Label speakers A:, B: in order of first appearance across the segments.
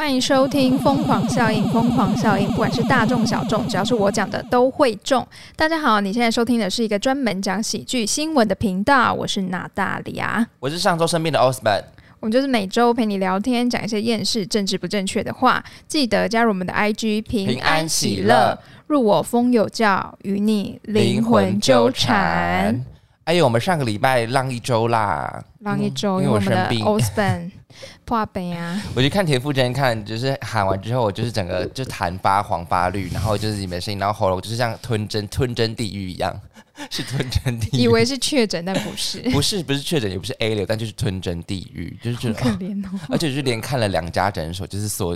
A: 欢迎收听《疯狂效应》，《疯狂效应》，不管是大众小众，只要是我讲的都会中。大家好，你现在收听的是一个专门讲喜剧新闻的频道，我是娜大里亚。
B: 我是上周生病的 Osman，
A: 我们就是每周陪你聊天，讲一些厌世、政治不正确的话。记得加入我们的 IG，平安喜乐，，入我风有教，与你灵魂纠缠。。
B: 哎呦，我们上个礼拜浪一周啦，嗯
A: 浪一周，
B: 因
A: 因为
B: 为
A: 我
B: 我
A: 们的
B: 生 病
A: Osborn 破北啊，
B: 我去看田馥甄，看就是喊完之后，我就是整个就痰发黄发绿，然后就是里面声音，然后喉咙就是像吞针吞针地狱一样， 是吞针地狱。
A: 以为是确诊，但不 是，
B: 不是不是确诊，也不是 A 流，但就是吞针地狱， 就是觉得
A: 可怜哦。
B: 而且就是连看了两家诊所，就是所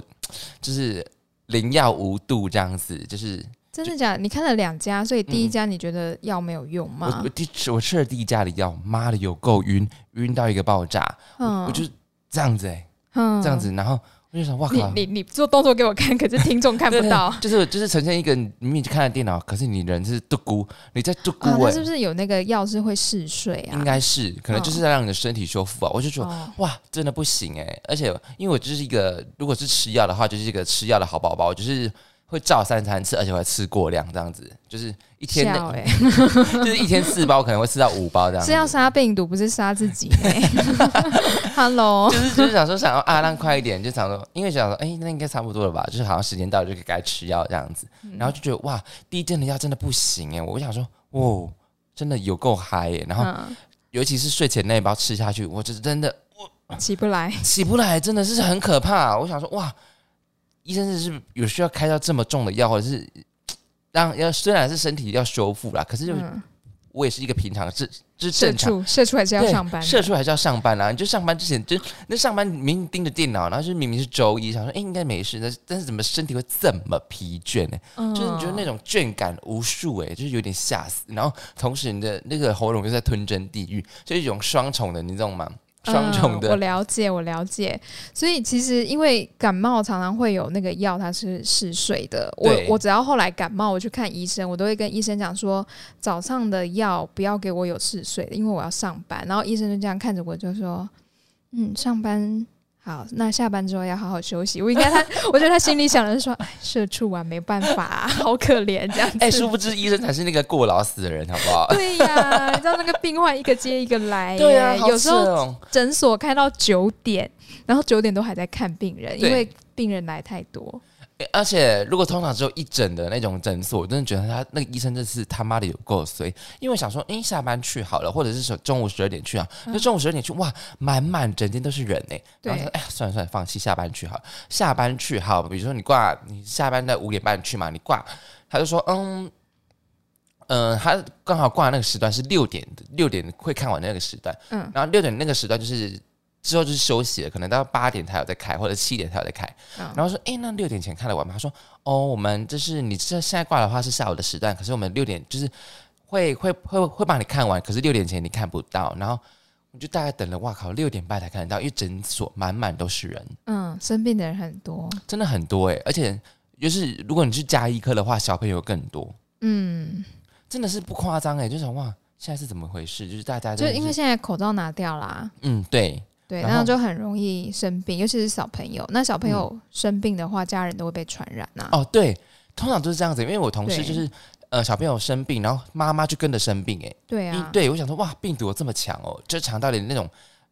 B: 就是灵药无度这样子，就是嗯
A: 真的假的？你看了两家，所以第一家你觉得药没有用
B: 我
A: 吗
B: 我？第我吃了第一家的药，妈的有够晕，晕到一个爆炸，
A: 嗯
B: 我就是这样子哎、
A: 嗯
B: 这样。子，然啊后我就想哇
A: 你
B: 靠，
A: 你你做动作给我看，可是听众看不到啊！
B: 就是就是呈现一个你明明看了电脑，可是你人是嘟咕，你在嘟咕
A: 它
B: 哎、
A: 是不是有哦啊那个药是会嗜睡啊？
B: 应该是可能就是在让你的身体修复啊，我就说。
A: 哦
B: 哇，真的不行哎、而且因为我就是一个，如果是吃药的话，就是一个吃药的好宝宝，我就是会照三餐吃，而且我还吃过量这样子，就是一天内
A: 笑哎，
B: 就是一天四包，可能会吃到五包这样
A: 是要
B: 子。
A: 杀病毒，不是杀自己 呢。Hello，
B: 就是就是想说想要啊，让快一点，就想说，因为想说，哎、那应该差不多了吧，就是好像时间到了就该吃药这样子，
A: 嗯
B: 然后就觉得哇，第一针的药真的不行哎，我想说，哇，真的有够嗨哎，然后
A: 嗯，
B: 尤其是睡前那一包吃下去，我就是真的
A: 嗯起不来，
B: 起不来，真的是很可怕。啊我想说，哇，医生是不是有需要开到这么重的药，或者是让要虽然是身体要修复啦，可是就
A: 嗯，
B: 我也是一个平常是是
A: 社
B: 正常。
A: 畜，社畜还是要
B: 对
A: 上班的，
B: 社畜还是要上班啊啦、你就上班之前，就那上班明明盯着电脑，然后就明明是周一，想说哎、应该没事，但是但是怎么身体会这么疲倦呢、
A: 嗯
B: 就是你觉得那种倦感无数哎、就是有点吓死。然后同时你的那个喉咙又在吞针地狱，就是一种双重的，你知道吗？双
A: 嗯
B: 重
A: 我
B: 的，
A: 了解，我了解。所以其实因为感冒常常会有那个药，它是嗜睡的。我
B: 对
A: 我只要后来感冒，我去看医生，我都会跟医生讲说，早上的药不要给我有嗜睡的，因为我要上班。然后医生就这样看着我，就说：“嗯，上班。”好，那下班之后要好好休息。我应该 他，我觉得他心里想的是说，哎，社畜啊，没办法、啊，好可怜 这样子。
B: 哎、殊不知医生才是那个过劳死的人，好不好？
A: 对呀、你知道那个病患一个接一个来耶，
B: 对啊，好
A: 有时候
B: 扯哦
A: 诊所开到九点，然后九点都还在看病人，因
B: 对
A: 为病人来太多。
B: 欸而且如果通常只有一诊的那种诊所，我真的觉得他那个医生真是他妈的有够衰。因为我想说，哎、下班去好了，或者是说中午十二点去啊，那、中午十二点去，哇，满满整间都是人哎、然
A: 对
B: 后说，哎呀，算了算了，放弃下班去好了，下班去好。比如说你挂，你下班在五点半去嘛，你挂，他就说，嗯。嗯，他刚好挂的那个时段是六点，六点会看完的那个时段。
A: 嗯
B: 嗯，然后六点那个时段就是之后就是休息了，可能到八点才有在开，或者七点才有在开。
A: 嗯
B: 然后说，哎、那六点前看得完吗？他说，哦，我们就是你这现在挂的话是下午的时段，可是我们六点就是会会会会帮你看完，可是六点前你看不到。然后我就大概等了，哇靠，六点半才看得到，因为诊所满满都是人，
A: 嗯，生病的人很多。
B: 真的很多哎、而且就是如果你去加医科的话，小朋友更多，
A: 嗯，
B: 真的是不夸张哎，就想哇，现在是怎么回事？就是大家
A: 就
B: 真的是
A: 因为现在口罩拿掉啦，
B: 嗯对
A: 对，
B: 然
A: 然
B: 后
A: 后就很容易生病，尤其是小朋友。那小朋友生病的话，家人都会被传染啊。
B: 嗯哦对，通常都是这样子，因为我同事
A: 对
B: 就是呃小朋友生病，然后妈妈就跟着生病哎、
A: 对
B: 因
A: 啊，
B: 对我想说，哇，病毒有这么强哦，就强到连那种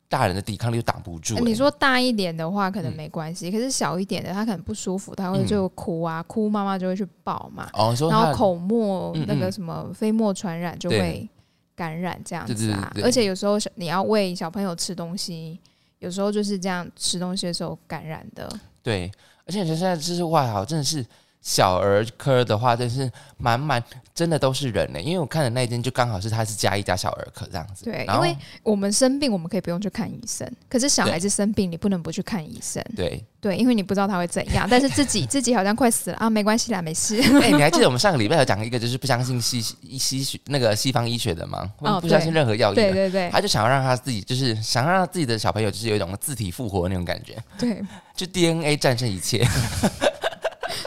B: 大人的抵抗力都挡不住、
A: 哎
B: 欸
A: 你说大一点的话可能
B: 嗯
A: 没关系，可是小一点的他可能不舒服，他会
B: 嗯
A: 就哭啊，哭妈妈就会去抱嘛。
B: 哦，你说
A: 然后
B: 他
A: 口沫
B: 嗯嗯
A: 那个什么飞沫传染就
B: 对
A: 会感染这样子啊
B: 对对对。对
A: 而且有时候小你要喂小朋友吃东西，有时候就是这样吃东西的时候感染的。
B: 对，而且现在就是哇，好真的是小儿科的话，真是满满真的都是人呢、欸因为我看的那一间就刚好是他是加一家小儿科这样子，
A: 对，
B: 然
A: 因
B: 后
A: 为我们生病我们可以不用去看医生，可是小孩子生病你不能不去看医生，
B: 对，
A: 对，因为你不知道他会怎样。但是自己自己好像快死了啊，没关系啦，没事。
B: 哎、你还记得我们上个礼拜有讲一个就是不相信西西西学那个西方医学的吗？
A: 哦
B: 不相信
A: 对
B: 任何药医
A: 对
B: 的。
A: 对对
B: 他就想要让他自己，就是想要让自己的小朋友，就是有一种自体复活的那种感觉，
A: 对，
B: 就 DNA 战胜一切。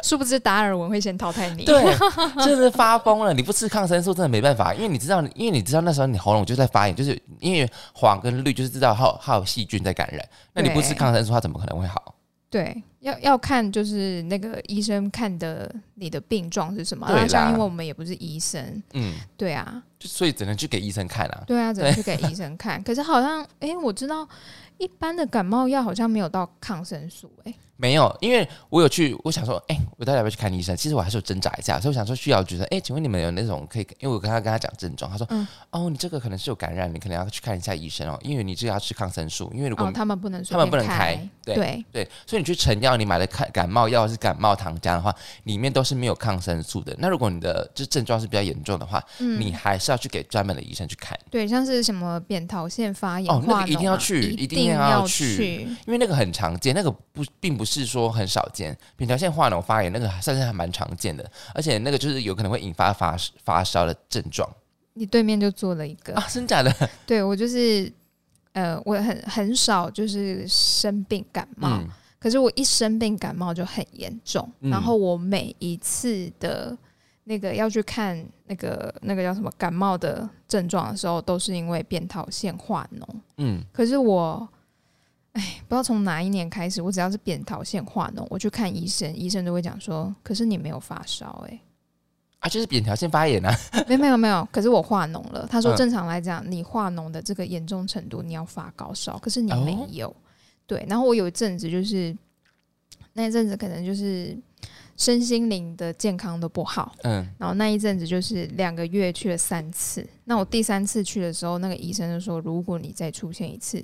A: 殊不知达尔文会先淘汰你。
B: 对，真的发疯了！你不吃抗生素真的没办法，因为你知道，因为你知道那时候你喉咙就在发炎，就是因为黄跟绿就是知道它有它有细菌在感染，那你不吃
A: 对
B: 抗生素，它怎么可能会好？
A: 对，要要看就是那个医生看的你的病状是什么。
B: 对啦
A: 那像因为我们也不是医生，
B: 嗯，
A: 对啊，
B: 就所以只能去给医生看啊。
A: 对啊，只能去给医生看。可是好像，哎、我知道一般的感冒药好像没有到抗生素、哎，
B: 没有，因为我有去，我想说，哎、我到底要不要去看医生？其实我还是有挣扎一下，所以我想说，需要觉得，哎、请问你们有那种可以？因为我跟他跟他讲症状，他说，
A: 嗯
B: 哦，你这个可能是有感染，你可能要去看一下医生哦，因为你这个要吃抗生素，因为如果、
A: 哦，他们不能随
B: 他们
A: 便
B: 不能
A: 开，
B: 开对
A: 对
B: 对，所以你去成药，你买的感感冒药是感冒糖浆的话，里面都是没有抗生素的。那如果你的就症状是比较严重的话，
A: 嗯，
B: 你还是要去给专门的医生去看，
A: 对，像是什么扁桃腺发炎、
B: 哦那个
A: 化脓啊
B: 一定要去
A: 一
B: 一定要
A: 要
B: 去因为那个很常见，那个不并不是说很少见。扁桃腺化脓发炎那个算是还蛮常见的，而且那个就是有可能会引发发发烧的症状
A: 你对面就坐了一个，
B: 啊，真假的？
A: 对我就是，呃，我很很少就是生病感冒，
B: 嗯，
A: 可是我一生病感冒就很严重，
B: 嗯
A: 然后我每一次的那个要去看那个那个叫什么感冒的症状的时候，都是因为扁桃腺化脓。
B: 嗯，
A: 可是我，哎，不知道从哪一年开始，我只要是扁桃腺化脓，我去看医生，医生都会讲说，可是你没有发烧、欸，
B: 啊，就是扁桃腺发炎啊，
A: 哎， 没有没有没有，可是我化脓了。他说
B: 嗯
A: 正常来讲，你化脓的这个严重程度，你要发高烧，可是你没有。对，然后我有一阵子就是那一阵子可能就是身心灵的健康都不好，
B: 嗯，
A: 然后那一阵子就是两个月去了三次。那我第三次去的时候，那个医生就说，如果你再出现一次，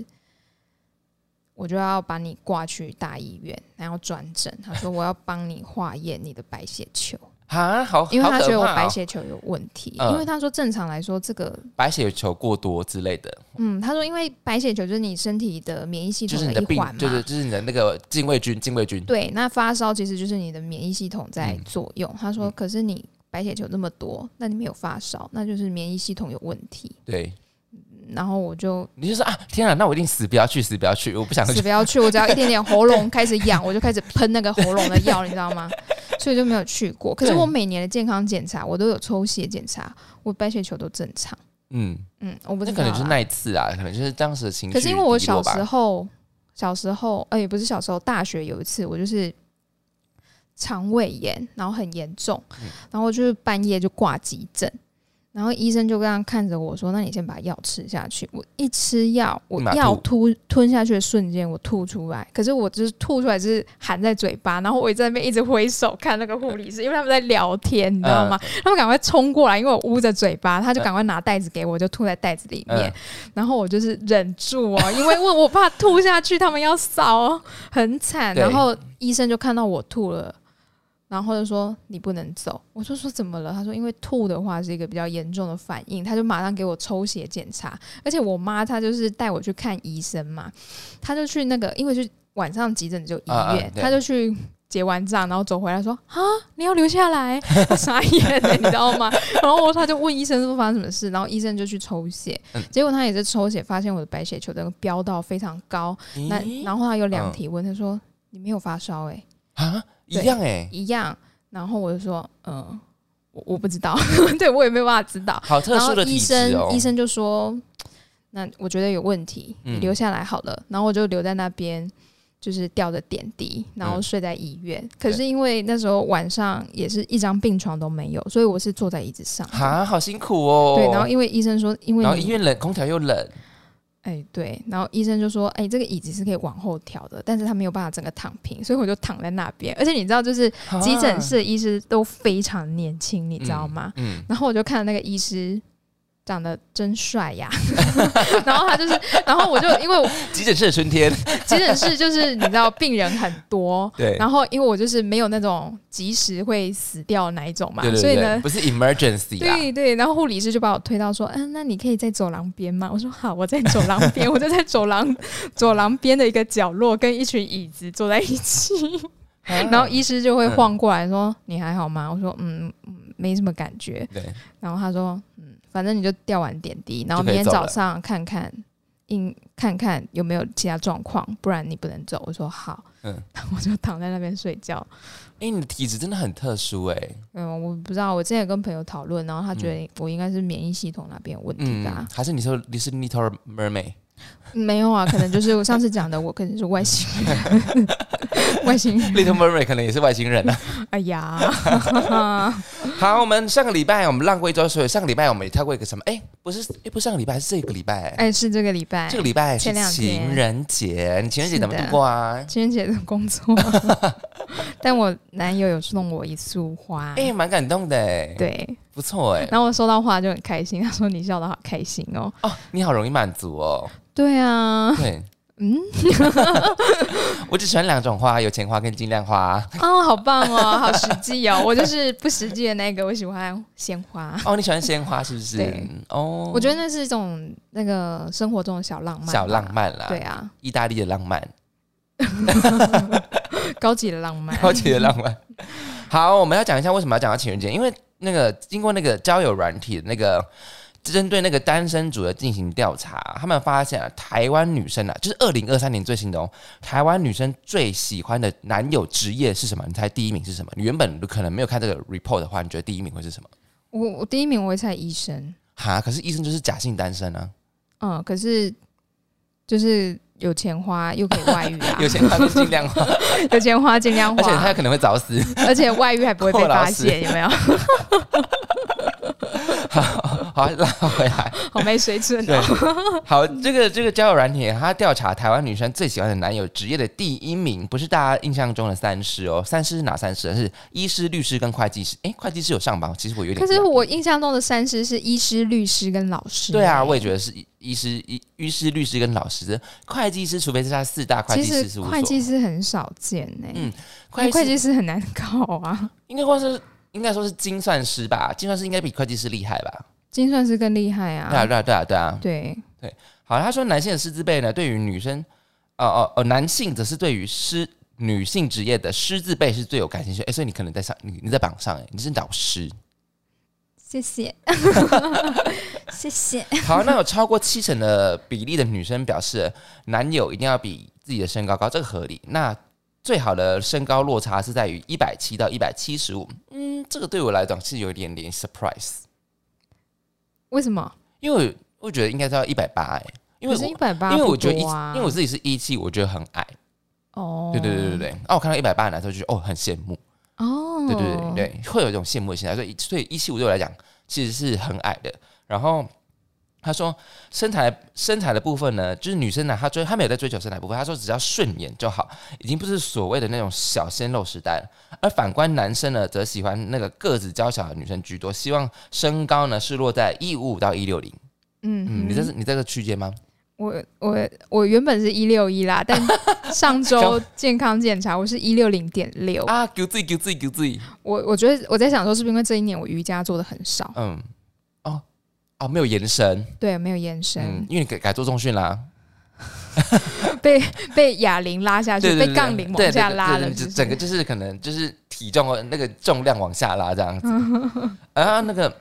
A: 我就要把你挂去大医院，然后转诊。他说我要帮你化验你的白血球，
B: 啊，好，
A: 因为
B: 好
A: 他
B: 可
A: 觉得我
B: 怕哦
A: 白血球有问题，
B: 嗯
A: 因为他说正常来说这个，
B: 白血球过多之类的，
A: 嗯，他说因为白血球就是你身体的免疫系
B: 就
A: 统
B: 是你的
A: 一
B: 病
A: 环，嘛，
B: 就是就是你的那个禁卫军，禁卫军，
A: 对，那发烧其实就是你的免疫系统在作用。他说，可是你白血球那么多，那你没有发烧，那就是免疫系统有问题。
B: 对，
A: 然后我就
B: 你就说啊，天啊，那我一定死不要去，死不要去，我不想
A: 死
B: 去，
A: 不要去，我只要一点点喉咙开始 痒，我就开始喷那个喉咙的药，你知道吗？所以就没有去过。可是
B: 对
A: 我每年的健康检查，我都有抽血检查，我白血球都正常。
B: 嗯，
A: 嗯，我不
B: 那
A: 知
B: 可
A: 道
B: 能就是
A: 啦。
B: 那一次啊，可能就是当时的情绪
A: 可是因为我
B: 低落
A: 小
B: 吧
A: 时候，小时候，哎、不是小时候，大学有一次，我就是肠胃炎，然后很严重，
B: 嗯
A: 然后就是半夜就挂急诊，然后医生就这样看着我说：“那你先把药吃下去。”我一吃药，我
B: 立马
A: 药
B: 吐
A: 吐吞下去的瞬间，我吐出来，可是我就是吐出来就是含在嘴巴，然后我一直在那边一直挥手看那个护理师，因为他们在聊天，你知
B: 嗯
A: 道吗？他们赶快冲过来，因为我捂着嘴巴，他就赶快拿袋子给我，就吐在袋子里面。
B: 嗯
A: 然后我就是忍住哦，因为 我我怕吐下去，他们要扫哦，很惨。
B: 对
A: 然后医生就看到我吐了，然后就说你不能走。我就说怎么了？他说因为吐的话是一个比较严重的反应，他就马上给我抽血检查。而且我妈她就是带我去看医生嘛，她就去那个，因为去晚上急诊只有医
B: 啊啊
A: 院，
B: 对
A: 她就去。结完账，然后走回来说：“啊，你要留下来？” 我傻眼了，你知道吗？然后他就问医生是不是发生什么事，然后医生就去抽血，
B: 嗯
A: 结果他也是抽血，发现我的白血球的飙到非常高。那
B: 咦
A: 然后他有量
B: 嗯
A: 体温，他说你没有发烧诶、
B: 啊，一
A: 对
B: 样哎、
A: 一样。然后我就说，嗯，我我不知道， 对我也没有办法知道。
B: 好特
A: 然
B: 殊
A: 后
B: 的
A: 医
B: 体质
A: 生、
B: 哦。
A: 医生就说，那我觉得有问题，
B: 嗯
A: 你留下来好了。然后我就留在那边。就是吊着点滴，然后
B: 嗯
A: 睡在医院。可是因为那时候晚上也是一张病床都没有，所以我是坐在椅子上的。
B: 啊，好辛苦哦。
A: 对，然后因为医生说，因为
B: 然后
A: 你
B: 医院冷，空调又冷，
A: 哎、对，然后医生就说，哎、这个椅子是可以往后调的，但是他没有办法整个躺平，所以我就躺在那边。而且你知道，就是
B: 啊
A: 急诊室的医师都非常年轻，你知道吗？？
B: 嗯，
A: 然后我就看到那个医师长得真帅呀， 然后他就是，然后我就因为我
B: 嗯急诊室的 春天，
A: 急诊室就是你知道病人很多，
B: 对，
A: 然后因为我就是没有那种及时会死掉的那一种嘛，
B: 对对
A: 所以
B: 对，
A: 呢，
B: 不啊是 emergency 啦，
A: 对对，然后护理师就把我推到说，嗯，那你可以在走廊边吗？我说好，我在走廊边，我就在走廊 走廊边的一个角落，跟一群椅子坐在一起。
B: 啊
A: 然后医师就会晃过来说：“你还好吗？”我说：“嗯，嗯没什么感觉。
B: 对，”哎
A: 然后他说：“嗯，反正你就吊完点滴，然后
B: 就可
A: 明
B: 以
A: 天
B: 走
A: 早
B: 了
A: 上看看，应看看有没有其他状况，不然你不能走。”我说：“好。”
B: 嗯，
A: 我就躺在那边睡觉。
B: 因为你的体质真的很特殊哎、
A: 嗯，我不知道，我之前有跟朋友讨
B: 嗯
A: 论，然后他觉得我应该是免疫系统那边有问题吧。
B: 嗯，还是你说你是 Little Mermaid，
A: 没 有啊，可能就是我上次讲的，我可能是外星人，外星人。
B: Little Mermaid 可能也是外星人啊。
A: 哎呀，
B: 好，我们上个礼拜我们浪过一周水，上个礼拜我们也跳过一个什么？哎，不是，哎，不是上个礼拜，是这个礼拜。
A: 哎，是这个礼拜
B: 这，个礼拜是
A: 前两天
B: 情人节，你情人节
A: 是
B: 怎么
A: 的
B: 度过啊？
A: 情人节的工作， 但我男友有送我一束花。
B: 哎，蛮感动的，哎，
A: 对，
B: 不错哎。
A: 然后我收到花就很开心，他说你笑得好开心哦。
B: 哦，你好容易满足哦。
A: 对 啊，
B: 对，
A: 嗯，
B: 我只喜欢两种花，有钱花跟金亮花。
A: 哦，好棒哦，好实际哦。 我就是不实际的那个，我喜欢鲜花。
B: 哦，你喜欢鲜花是不是
A: 对？
B: 哦，
A: 我觉得那是一种那个生活中的小浪漫吧，
B: 小浪漫啦，
A: 对，啊，
B: 意大利的浪漫，
A: 高级的浪 漫。
B: 高级的浪漫。好，我们要讲一下为什么要讲到情人节，因为那个经过那个交友软体的那个针对那个单身族的进行调查，他们发现啊，台湾女生啊，就是二零二三年最新的哦，台湾女生最喜欢的男友职业是什么？你猜第一名是什么？你原本可能没有看这个 report 的话，你觉得第一名会是什么？
A: 我我第一名我会猜医生，
B: 哈，可是医生就是假性单身啊，
A: 嗯，可是就是有钱花又可以外遇啊
B: 有，钱花就尽量花，
A: 有钱花尽量
B: 而且他
A: 花，
B: 可能会早死。
A: 而且外遇还不会被
B: 霍老
A: 发
B: 师
A: 现，有没有？
B: 好，拉回来。
A: 好没水准
B: 对
A: 哦。，
B: 好，这个这个交友软体，它调查台湾女生最喜欢的男友职业的第一名，不是大家印象中的三师哦，三师是哪三师啊？是医师、律师跟会计师。诶，会计师有上榜，其实我有点
A: 可
B: 意
A: 是
B: 外
A: 我印象中的三师是医师、律师跟老师。
B: 对啊，我也觉得是医医师、医医师、律师跟老师，会计师，除非是他四大会
A: 其
B: 计师
A: 实
B: 事务所，
A: 会计师很少见呢、
B: 嗯
A: 因为会
B: 会计
A: 计师很难搞啊，
B: 应该说是。应该说是精算师吧，精算师应该比会计师厉害吧？
A: 精算师更厉害
B: 对啊，
A: 啊。
B: 对啊，对啊，对啊。
A: 对，
B: 好，他说男性的师资辈呢，对于女生，呃呃呃，男性则是对于师女性职业的师字辈是最有感兴趣。哎，所以你可能在上，你你在榜上，哎，你是导 师。
A: 谢 谢，谢谢。
B: 好，那有超过七成的比例的女生表示，男友一定要比自己的身高高，这个合理。那最好的身高落差是在于一百七到一百七十五。嗯，这个对我来讲是有一点点 surprise，
A: 为什么？
B: 因为我我觉得应该是要一百八，哎，因为
A: 可
B: 我
A: 是一百八，
B: 因为我觉得一，
A: 啊、
B: 因为我自己是一七，我觉得很矮。
A: 哦，
B: 对对对对对，啊，我看到一百八的男生就觉得哦很羡慕，
A: 哦，
B: 对对对对，对会有一种羡慕的心态，所以所以一七五对我来讲其实是很矮的。然后他说身材身材的部分呢，就是女生呢，她追她没有在追求身材部分，她说只要顺眼就好，已经不是所谓的那种小鲜肉时代了。而反观男生呢，则喜欢那个个子娇小的女生居多，希望身高呢是落在一五五到一六零。
A: 嗯
B: 嗯，你这是你这个区间吗？
A: 我我我原本是一六一啦， 但上周健康检查我是一六零点六，
B: 啊，给自己给自己给自己，
A: 我我觉得我在想说是不是因为这一年我瑜伽做的很少，
B: 嗯，哦哦，没有延伸。
A: 对，没有延
B: 嗯
A: 伸，，
B: 因为你改改做重训啦，
A: 被被哑铃拉下去，
B: 对对
A: 啊被
B: 对，
A: 杠铃
B: 对
A: 往下
B: 对对
A: 拉
B: 对
A: 了，
B: 对
A: 是不
B: 整个
A: 是
B: 就是可能就是体重那个重量往下拉 这样子。啊，那个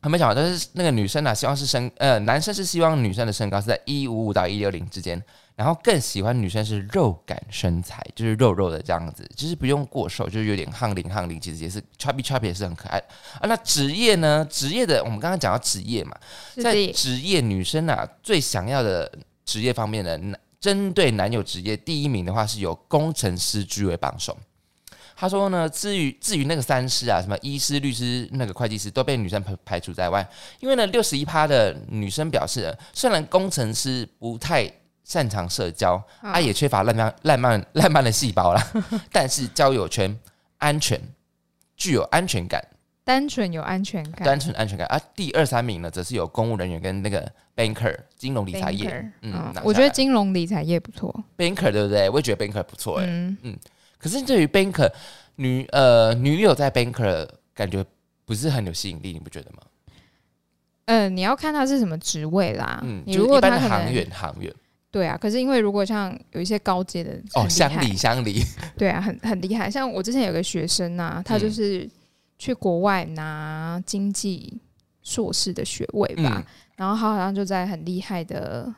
B: 还没讲完，就是那个女生啊，希望是身呃，男生是希望女生的身高是在一五五到一六零之间，然后更喜欢女生是肉感身材，就是肉肉的这样子，就是不用过瘦，就是有点胖零胖零，其实也是 chubby chubby 也是很可爱啊。那职业呢？职业的我们刚刚讲到职业嘛，
A: 是
B: 在
A: 的，
B: 职业女生啊最想要的职业方面呢，男针对男友职业第一名的话是由工程师居为榜首。他说呢，至于至于那个三师啊，什么医师、律师、那个会计师都被女生排排除在外，因为呢，六十一趴的女生表示呢，虽然工程师不太擅长社交，
A: 嗯
B: 啊也缺乏浪漫、浪漫、浪漫的细胞啦， 但是交友圈安全，具有安全感。
A: 单纯有安全感
B: 单纯安全感。而、啊第二三名呢，则是有公务人员跟那个 banker 金融理财业
A: banker，
B: 嗯
A: 嗯
B: 拿，
A: 我
B: 下
A: 觉得
B: 来
A: 金融理财业不错，
B: banker 对不对？我也觉得 banker 不错哎、
A: 嗯，
B: 可是对于 banker 女呃女友在 banker 感觉不是很有吸引力，你不觉得吗？
A: 呃，你要看他是什么职位啦，
B: 嗯，
A: 啊你
B: 就是
A: 如果
B: 一般
A: 他
B: 的
A: 可
B: 行
A: 能
B: 员行员
A: 对啊，可是因为如果像有一些高阶的
B: 哦，
A: 很
B: 乡
A: 厉害
B: 里乡里，
A: 对啊，很很厉害。像我之前有个学生呐、
B: 嗯
A: 他就是去国外拿经济硕士的学位吧，
B: 嗯
A: 然后他好像就在很厉害的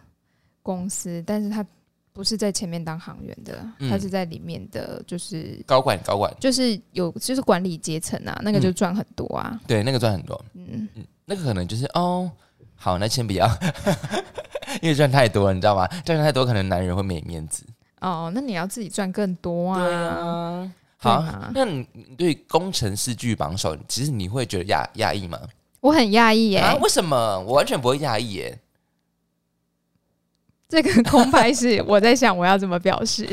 A: 公司，但是他不是在前面当行员的，
B: 嗯
A: 他是在里面的，就是
B: 高管高管，
A: 就是有就是管理阶层啊，那个
B: 嗯
A: 就赚很多啊，
B: 对那个赚很多，
A: 嗯。
B: 那个可能就是哦，好，那先不要， 因为赚太多了，你知道吗？赚太多可能男人会没面子。
A: 哦，那你要自己赚更多啊。
B: 对啊，
A: 对
B: 好
A: 啊，
B: 那你你对工程师剧榜首，其实你会觉得压压抑吗？
A: 我很讶异耶，
B: 啊，为什么？我完全不会压抑耶。
A: 这个空拍是我在想我要怎么表 示。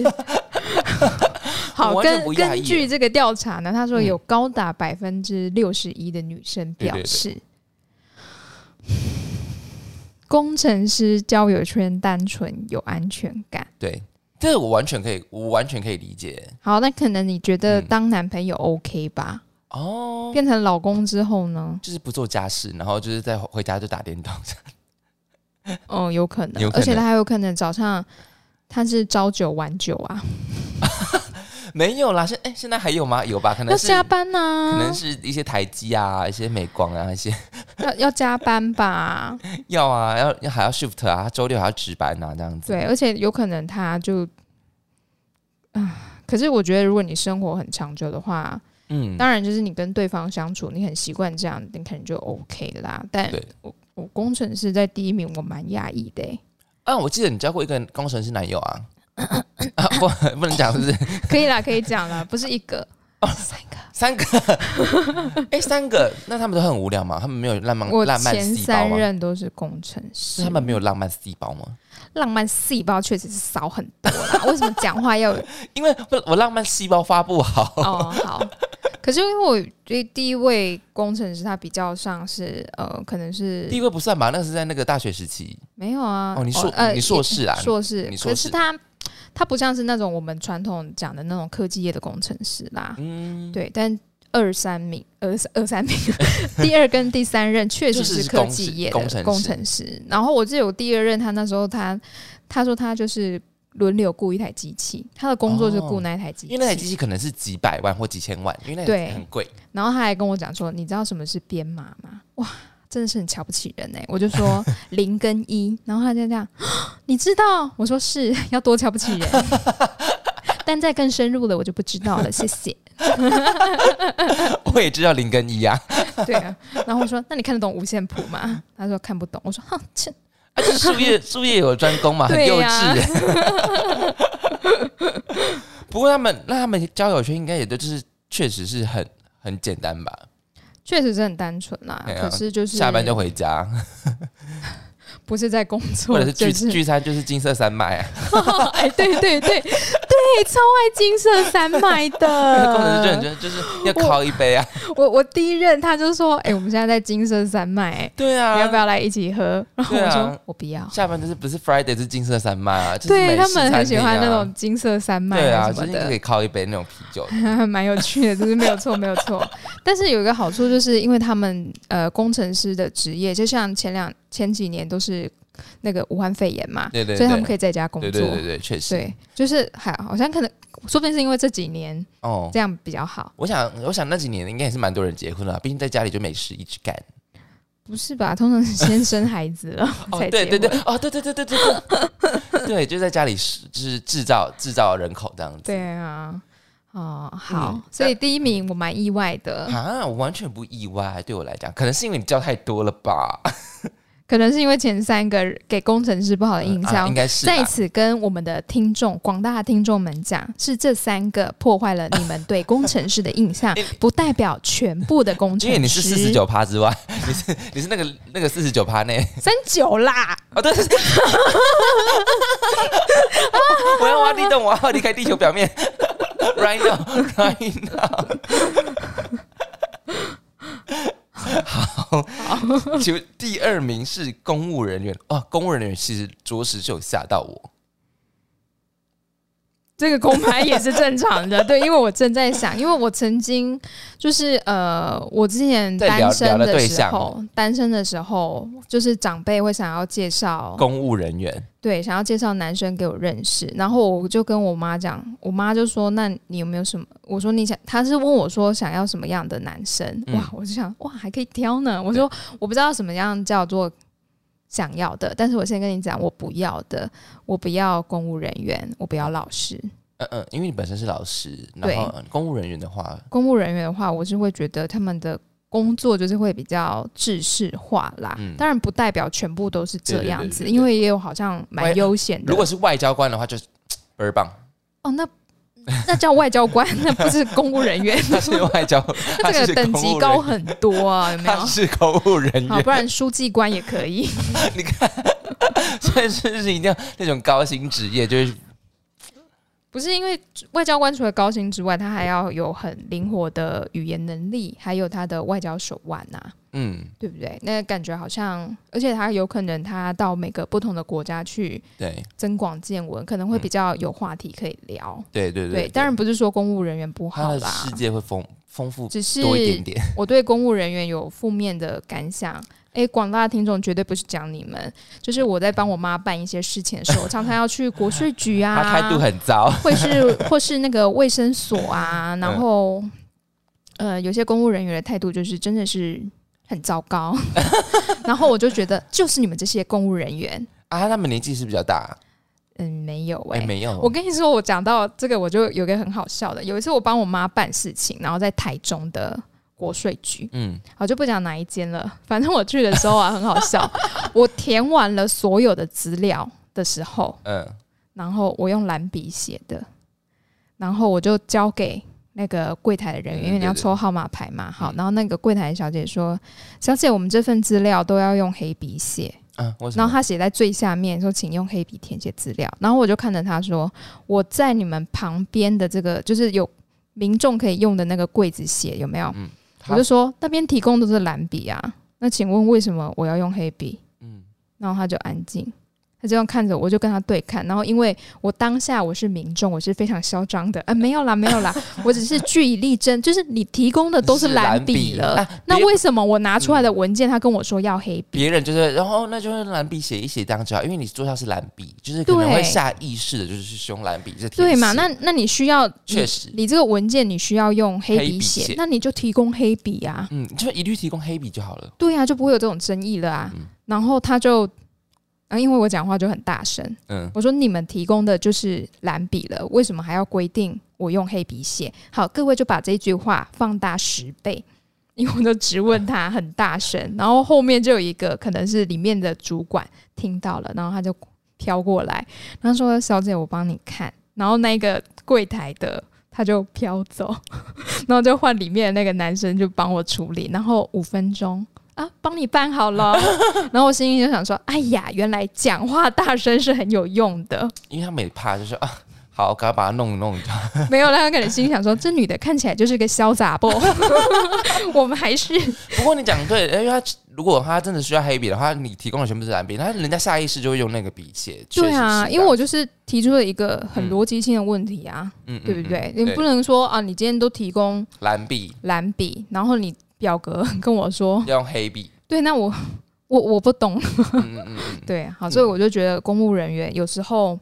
A: 好，
B: 我完全
A: 根
B: 不讶异
A: 根据这个调查呢，他说
B: 嗯
A: 有高达百分之六十一的女生表示，工程师交友圈单纯有安全感。
B: 对，这个我完全可以，我完全可以理解。
A: 好，那可能你觉得
B: 嗯
A: 当男朋友 OK 吧？
B: 哦，
A: 变成老公之后呢？
B: 就是不做家事，然后就是在回家就打电动。
A: 嗯，有可能，
B: 有可能
A: 而且他还有可能早上他是朝九晚九啊，
B: 没有啦，现哎、现在还有吗？有吧？可
A: 要
B: 能是
A: 加班啊呐、
B: 可能是一些台积啊，一些美光啊，一些
A: 要要加班吧？
B: 要啊，要要还要 shift 啊，周六还要值班啊，这样子。
A: 对，而且有可能他就，啊，可是我觉得如果你生活很长久的话，
B: 嗯，
A: 当然就是你跟对方相处，你很习惯这样，你可能就 OK 啦。但
B: 对
A: 我我工程师在第一名，我蛮讶异的欸、
B: 啊，我记得你交过一个工程师男 友啊，啊不不能讲是不是？
A: 可以啦，可以讲啦，不是一个，
B: 哦
A: 三个。
B: 三个， 哎、三个，那他们都很无聊吗？他们没有浪漫
A: 我
B: 浪漫
A: 前
B: 细胞
A: 三
B: 吗？
A: 任都是工程师，
B: 是他们没有浪漫细胞吗？
A: 浪漫细胞确实是少很多啦。为什么讲话 要有
B: 因为不我浪漫细胞发不好，
A: 哦，好。可是因为我觉得第一位工程师他比较像是呃，可能是
B: 第一位不算吧？那个是在那个大学时期
A: 没有啊。
B: 哦，你硕、
A: 呃
B: 你硕士啊？
A: 硕士，
B: 你硕
A: 可
B: 士
A: 是他他不像是那种我们传统讲的那种科技业的工程师啦。
B: 嗯，
A: 对，但二三名，二二三名， 第二跟第三任确实
B: 就是
A: 是
B: 是
A: 科
B: 工
A: 技
B: 程
A: 业的
B: 工程师
A: 工程师。然后我记得我第二任他那时候他他说他就是轮流雇一台机器，他的工作就是雇
B: 哦
A: 那一台机
B: 因
A: 器，
B: 为那台机器可能是几百万或几千万，因为那
A: 对
B: 台很贵。
A: 然后他还跟我讲说：“你知道什么是编码吗？”哇，真的是很瞧不起人哎、我就 说零跟一，然后他就这样，你知道？我说是要多瞧不起人， 但再更深入的我就不知道了，谢谢。
B: 我也知道零跟一啊，
A: 对啊，然后我说：“那你看得懂五线谱吗？”他说看不懂。我说：“哼，切
B: 啊，就是术 业术业有专攻嘛，很
A: 对
B: 幼
A: 呀
B: 稚欸。 不过他们那他们交友圈应该也都就是确实是很很简单吧，
A: 确实是很单纯啦、
B: 对啊
A: 可是就是
B: 下班就回家，
A: 不是在工
B: 或
A: 作，
B: 者是聚
A: 就是
B: 聚餐就是金色山脉啊，
A: 哎，对对对对，超爱金色山脉
B: 那
A: 的
B: 工程师就很真就是要靠一 杯啊，
A: 我我第一任他就说：“哎、我们现在在金色山脉、哎
B: 对啊，
A: 你要不要来一起喝？”然后
B: 对
A: 我说：“
B: 啊
A: 我不要。
B: 下班就是不是 Friday 是金色山脉啊，就是美
A: 对
B: 式
A: 他们很喜欢
B: 餐
A: 那
B: 厅啊
A: 种金色山脉
B: 对啊，
A: 什么
B: 就是可
A: 的，
B: 以靠一杯那种啤酒，
A: 蛮有趣的，就是没有错，没有错。但是有一个好处，就是因为他们呃工程师的职业，就像前两前几年都是那个武汉肺炎嘛，
B: 对对
A: 所以他们
B: 对
A: 可以在家工
B: 对
A: 作。
B: 对对对，确实，
A: 对就是还好像可能，说不定是因为这几年
B: 哦
A: 这。样比较好，
B: 我想，我想那几年应该也是蛮多人结婚了，毕竟在家里就没事一直干。
A: 不是吧？通常是先生孩子了
B: 哦，
A: 才结婚。
B: 对对对，哦，对对对对对对， 对，就在家里是就是制造制造人口这样子。
A: 对啊，哦，好，
B: 嗯
A: 所以第一名我蛮意外的，
B: 啊，我完全不意外，对我来讲，可能是因为你教太多了吧？
A: 可能是因为前三个给工程师不好的印
B: 啊
A: 象。
B: 应该是
A: 在
B: 吧。
A: 此跟我们的听众、广大的听众们讲，是这三个破坏了你们对工程师的印 象，不代表全部的工程
B: 因
A: 师。
B: 为你是四十九趴之外， 你是你是那个那个四十九趴内
A: 三九啦，
B: 哦，对，对对 我要挖地洞，我要离开地球表面 ，right now，right now。好，就第二名是公务人员哦，公务人员其实着实就有吓到我。
A: 这个公牌也是正常 的。对，因为我正在想，因为我曾经就是呃，我之前
B: 在聊
A: 单身
B: 聊的
A: 的
B: 对
A: 时
B: 象
A: 候，单身的时候，就是长辈会想要介绍
B: 公务人员，
A: 对，想要介绍男生给我认识，然后我就跟我妈讲，我妈就说：“那你有没有什么？”我说：“你想，她是问我说想要什么样的男生？”
B: 嗯
A: 哇，我就想，哇，还可以挑呢。我说我不知道什么样叫做想要的，但是我先跟你讲，我不要的，我不要公务人员，我不要老师。
B: 嗯嗯，因为你本身是老师，
A: 对
B: 然后公务人员的话，
A: 公务人员的话，我是会觉得他们的工作就是会比较制式化啦。
B: 嗯
A: 当然不代表全部都是这样子，
B: 对对对对对
A: 因为也有好像蛮悠闲的。
B: 如果是外交官的话，就是倍儿棒。
A: 哦，那那叫外交官， 那不是公务人 员，
B: 他是外交，
A: 那
B: 他
A: 这
B: 是
A: 个等
B: 公
A: 级
B: 务
A: 高
B: 人
A: 很多啊，有没有
B: 他？是公务人
A: 好，
B: 员，
A: 不然书记官也可以。
B: 所以是一定要那种高薪职业，就是
A: 不是因为外交官除了高薪之外，他还要有很灵活的语言能力，还有他的外交手腕呐、
B: 嗯，
A: 对不对？那感觉好像，而且他有可能他到每个不同的国家去
B: 对
A: 增广见闻，可能会比较有话题可以聊。
B: 对嗯对
A: 对，当然不是说公务人员不
B: 他
A: 好
B: 的
A: 啦，
B: 世界会丰丰富
A: 只是
B: 多一点点。
A: 我对公务人员有负面的感想。诶，广大的听众绝对不是讲你们，就是我在帮我妈办一些事情的时候， 我常常要去国税局啊，
B: 他态度很糟，
A: 或是 或是那个卫生所
B: 嗯
A: 啊，然后、呃，有些公务人员的态度就是真的是很糟 糕，然后我就觉得就是你们这些公务人员，
B: 啊，他们年纪是比较大，
A: 嗯，没有哎、
B: 哎、没有，
A: 我跟你说，我讲到这个，我就有个很好笑的。有一次我帮我妈办事情，然后在台中的国税局，
B: 嗯，
A: 我就不讲哪一间了。反正我去的时候啊，很好笑。我填完了所有的资料的时候，
B: 嗯
A: 然后我用蓝笔写的，然后我就交给那个柜台的人员，
B: 嗯
A: 因为你要
B: 对对
A: 抽号码牌嘛。好，
B: 嗯
A: 然后那个柜台小姐说：“小姐，我们这份资料都要用黑笔写。”
B: 嗯，为什
A: 然后
B: 么？
A: 她写在最下面说：“请用黑笔填写资料。”然后我就看着她说：“我在你们旁边的这个，就是有民众可以用的那个柜子写，有没有？”
B: 嗯
A: 我
B: 他
A: 就说：“那边提供都是蓝笔啊，那请问为什么我要用黑笔？”
B: 嗯，
A: 然后他就安静，他这样看着我，我就跟他对看。然后因为我当下我是民众，我是非常嚣张的，啊、没有啦，没有 啦，我只是据以力争，就是你提供的都是蓝笔了，
B: 是蓝笔啊
A: 那
B: 别
A: 为什么我拿出来
B: 嗯
A: 的文件他跟我说要黑笔？
B: 别人就是，然后那就是蓝笔写一写当就好，因为你桌上是蓝笔，就是可能
A: 对
B: 会下意识的就是去用蓝笔，就是
A: 对嘛？
B: 填
A: 那
B: 写
A: 那你需要
B: 确实
A: 你，你这个文件你需要用黑
B: 黑
A: 笔
B: 笔
A: 写，
B: 写
A: 那你就提供黑笔啊，
B: 嗯，就一律提供黑笔就好了，
A: 对啊，就不会有这种争议了啊。
B: 嗯
A: 然后他就，啊，因为我讲话就很大声，
B: 嗯，
A: 我说你们提供的就是蓝笔了，为什么还要规定我用黑笔写？好，各位就把这句话放大十倍，因为我就直问他很大声，然后后面就有一个可能是里面的主管听到了，然后他就飘过来，然后说：“小姐，我帮你看。”然后那个柜台的。他就飘走， 然后就换里面的那个男生就帮我处理，然后五分钟啊，帮你办好 了。然后我心里就想说：“哎呀，原来讲话大声是很有用 的。
B: 因为他们也怕，就是啊，好，赶快把它弄一弄，就好”
A: 没有，他可能心里想说：“这女的看起来就是个潇洒 b 我们还是
B: 不过你讲对，因为他如果他真的需要黑笔的话，你提供的全部是蓝笔，那人家下意识就会用那个笔嗯写，确实
A: 对啊，
B: 是
A: 因为我就是提出了一个很
B: 嗯
A: 逻辑性的问题啊，
B: 嗯嗯
A: 对不对？
B: 嗯
A: 你不能说啊，你今天都提供
B: 蓝笔
A: 蓝笔，然后你表格跟我说，
B: 要用黑笔，
A: 对，那我我我不懂，
B: 嗯嗯嗯嗯，
A: 对，好，所以我就觉得公务人员有时候，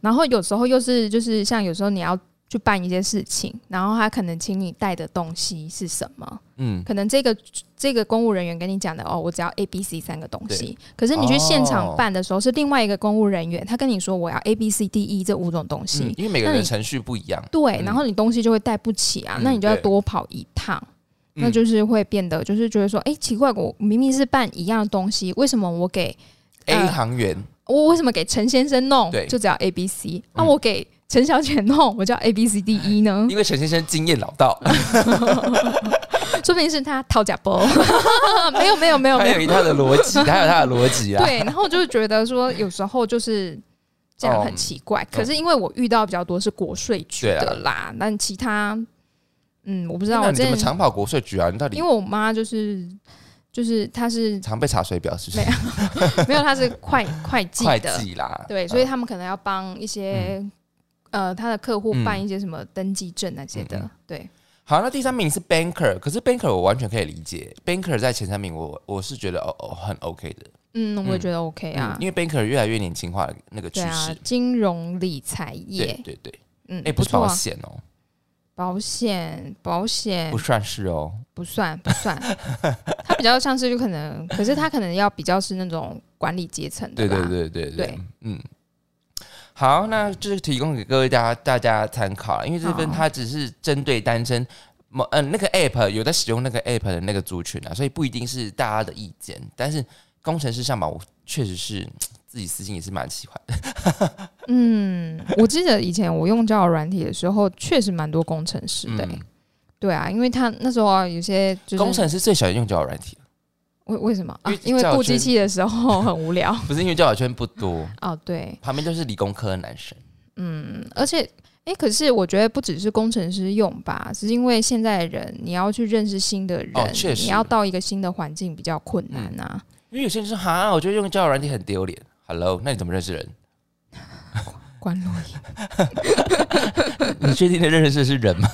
A: 然后有时候又是就是像有时候你要去办一些事情，然后他可能请你带的东西是什么？
B: 嗯，
A: 可能这个这个公务人员跟你讲的哦，我只要 A、B、C 三个东西
B: 对，
A: 可是你去现场
B: 哦
A: 办的时候是另外一个公务人员，他跟你说我要 A、B、C、D、E 这五种东西，
B: 嗯因为每个
A: 那
B: 人的
A: 你
B: 程序不一样，
A: 对，
B: 嗯
A: 然后你东西就会带不起啊，
B: 嗯
A: 那你就要
B: 对
A: 多跑一趟。
B: 嗯
A: 那就是会变得，就是觉得说，哎、奇怪，我明明是办一样的东西，为什么我给
B: A
A: 呃
B: 行员，
A: 我为什么给陈先生弄，
B: 对
A: 就只要 A B C，那、
B: 嗯哎
A: 我给陈小姐弄，我就要 A B C D E 呢？
B: 因为陈先生经验老道，
A: 说不定是他讨假 包，没有没有没有
B: 他
A: 没
B: 有
A: 有，
B: 一套的逻辑，他有他的逻辑啊啦。
A: 对，然后就觉得说有时候就是这样很奇怪，
B: 哦
A: 可是因为我遇到比较多是国税局的啦，但其他嗯我不知道，
B: 啊哎那
A: 我
B: 你
A: 之
B: 怎么
A: 前
B: 长跑国税局啊？你到底
A: 因为我妈就是就是她是
B: 常被查水表是不是
A: 没？没有她是会会计
B: 会
A: 的，
B: 计啊啦，嗯
A: 对，所以他们可能要帮一些、呃他的客户
B: 嗯
A: 办一些什么登记证那些的，
B: 嗯嗯
A: 对，
B: 好，那第三名是 banker，可是 banker 我完全可以理解，banker 在前三名我我是觉得哦哦很 OK 的，
A: 嗯，我也
B: 嗯
A: 觉得 OK 啊，
B: 嗯因为 banker 越来越年轻化的那个趋
A: 对啊
B: 势，，
A: 金融理财
B: 对
A: 业，
B: 对对，
A: 嗯，
B: 哎，不
A: 不
B: 是
A: 错
B: 保
A: 啊，
B: 险哦，
A: 保险保险
B: 不算是哦，
A: 不算不 算，它比较像是就可能，可是它可能要比较是那种管理阶层的
B: 对
A: 啦，
B: 对对对
A: 对
B: 对，嗯。好，那就是提供给各位大家大家参考，因为这份
A: 好
B: 它只是针对单身某嗯、那个 app 有在使用那个 app 的那个族群啊，所以不一定是大家的意见，但是工程师上榜，我确实是嘖自己私心也是蛮喜欢的。
A: 嗯，我记得以前我用交友软体的时候，确实蛮多工程师的、欸
B: 嗯
A: 对啊，因为他那时候啊，有些就是
B: 工程师最喜欢用交友软 体，
A: 为为什么啊
B: 因为？
A: 因为
B: 交友
A: 顾机
B: 圈
A: 器的时候很无聊
B: 不是因为交友圈不多，
A: 哦。对，
B: 旁边都是理工科的男生。
A: 嗯，而且诶，可是我觉得不只是工程师用吧，只是因为现在人你要去认识新的人，
B: 哦确实嗯
A: 你要到一个新的环境比较困难啊。
B: 因为有些人说哈，我觉得用交友软体很丢脸。Hello，那你怎么认识人？
A: 关录音，
B: 你确定的认识的是人吗？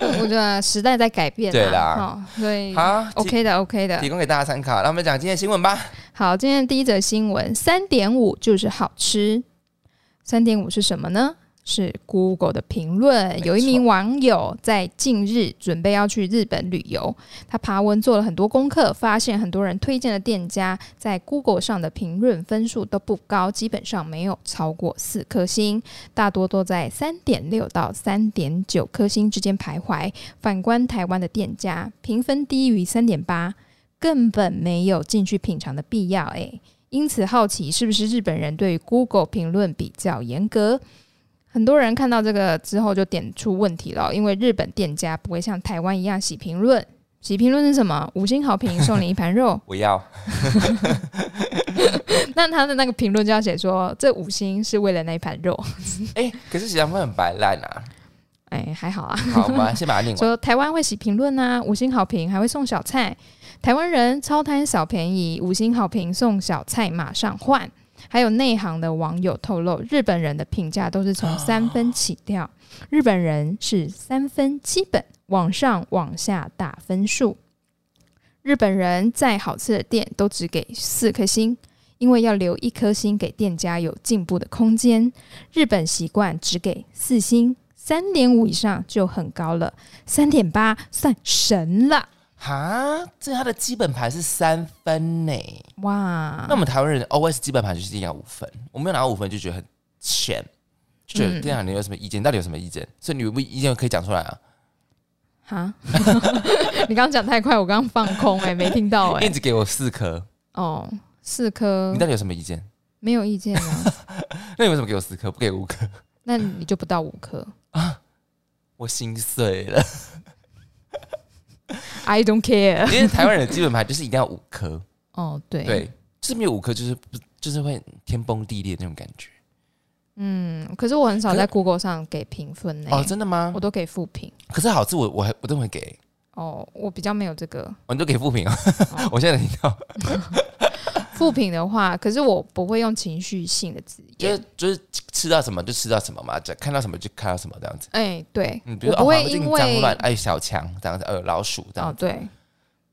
A: 我觉得时代在改变、啊，
B: 对啦
A: 哦，所以
B: 啊
A: OK 的，OK 的
B: 提。供给大家参考。那我们讲今天的新闻吧。
A: 好，今天的第一则新闻，三点五就是好吃。三点五是什么呢？是 Google 的评论。
B: 错。
A: 有一名网友在近日准备要去日本旅游，他爬文做了很多功课，发现很多人推荐的店家在 Google 上的评论分数都不高，基本上没有超过四颗星，大多都在三点六到三点九颗星之间徘徊。反观台湾的店家，评分低于三点八，根本没有进去品尝的必要诶。因此好奇是不是日本人对于 Google 评论比较严格？很多人看到这个之后就点出问题了，因为日本店家不会像台湾一样洗评论。洗评论是什么？五星好评送你一盘肉
B: 我要
A: 那他的那个评论就要写说，这五星是为了那一盘肉。
B: 哎、可是喜欢会很白烂啊。
A: 哎，还好啊。
B: 好，我 们先把它念完。
A: 说台湾会洗评论啊，五星好评还会送小菜，台湾人超贪小便宜，五星好评送小菜马上换。还有内行的网友透露，日本人的评价都是从三分起跳，日本人是三分基本往上往下打分数。日本人再好吃的店都只给四颗星，因为要留一颗星给店家有进步的空间。日本习惯只给四星，三点五以上就很高了，三点八算神了。
B: 哈，这他的基本盘是三分呢、
A: 哇
B: 那我，们台湾人 always 基本盘就是一定要五分，我没有拿到五分就觉得很浅，就觉得
A: 嗯
B: 店长你有什么意见？到底有什么意见？所以你不意见可以讲出来啊，
A: 哈， 你刚刚讲太快，我刚刚放空哎、 没听到哎、
B: 一直给我四颗，
A: 哦，四颗
B: 你到底有什么意见？
A: 没有意见 啊，
B: 那你为什么给我四颗，不给五颗？
A: 那你就不到五颗。
B: 我心碎了。
A: I don't care。
B: 因为台湾人的基本盘就是一定要五颗，
A: 哦，对，
B: 对，就是没有五颗就是不就是会天崩地裂那种感觉。
A: 嗯，可是我很少在
B: 可
A: Google 上给评分呢、
B: 哦，真的吗
A: 我？都给负评。
B: 可是好吃我我还我都会给，
A: 哦，我比较没有这个
B: 我都给负评哦。 我现在能听到，
A: 负评的话，可是我不会用情绪性的字
B: 就
A: 眼。
B: 是就是吃到什么就吃到什么嘛，就看到什么就看到什么这样子。
A: 哎、对，
B: 嗯，比如
A: 我不
B: 说哦，
A: 会
B: 黄
A: 因
B: 金脏
A: 为
B: 乱，哎，小强这样子，呃，老鼠这
A: 哦
B: 样，子。
A: 对。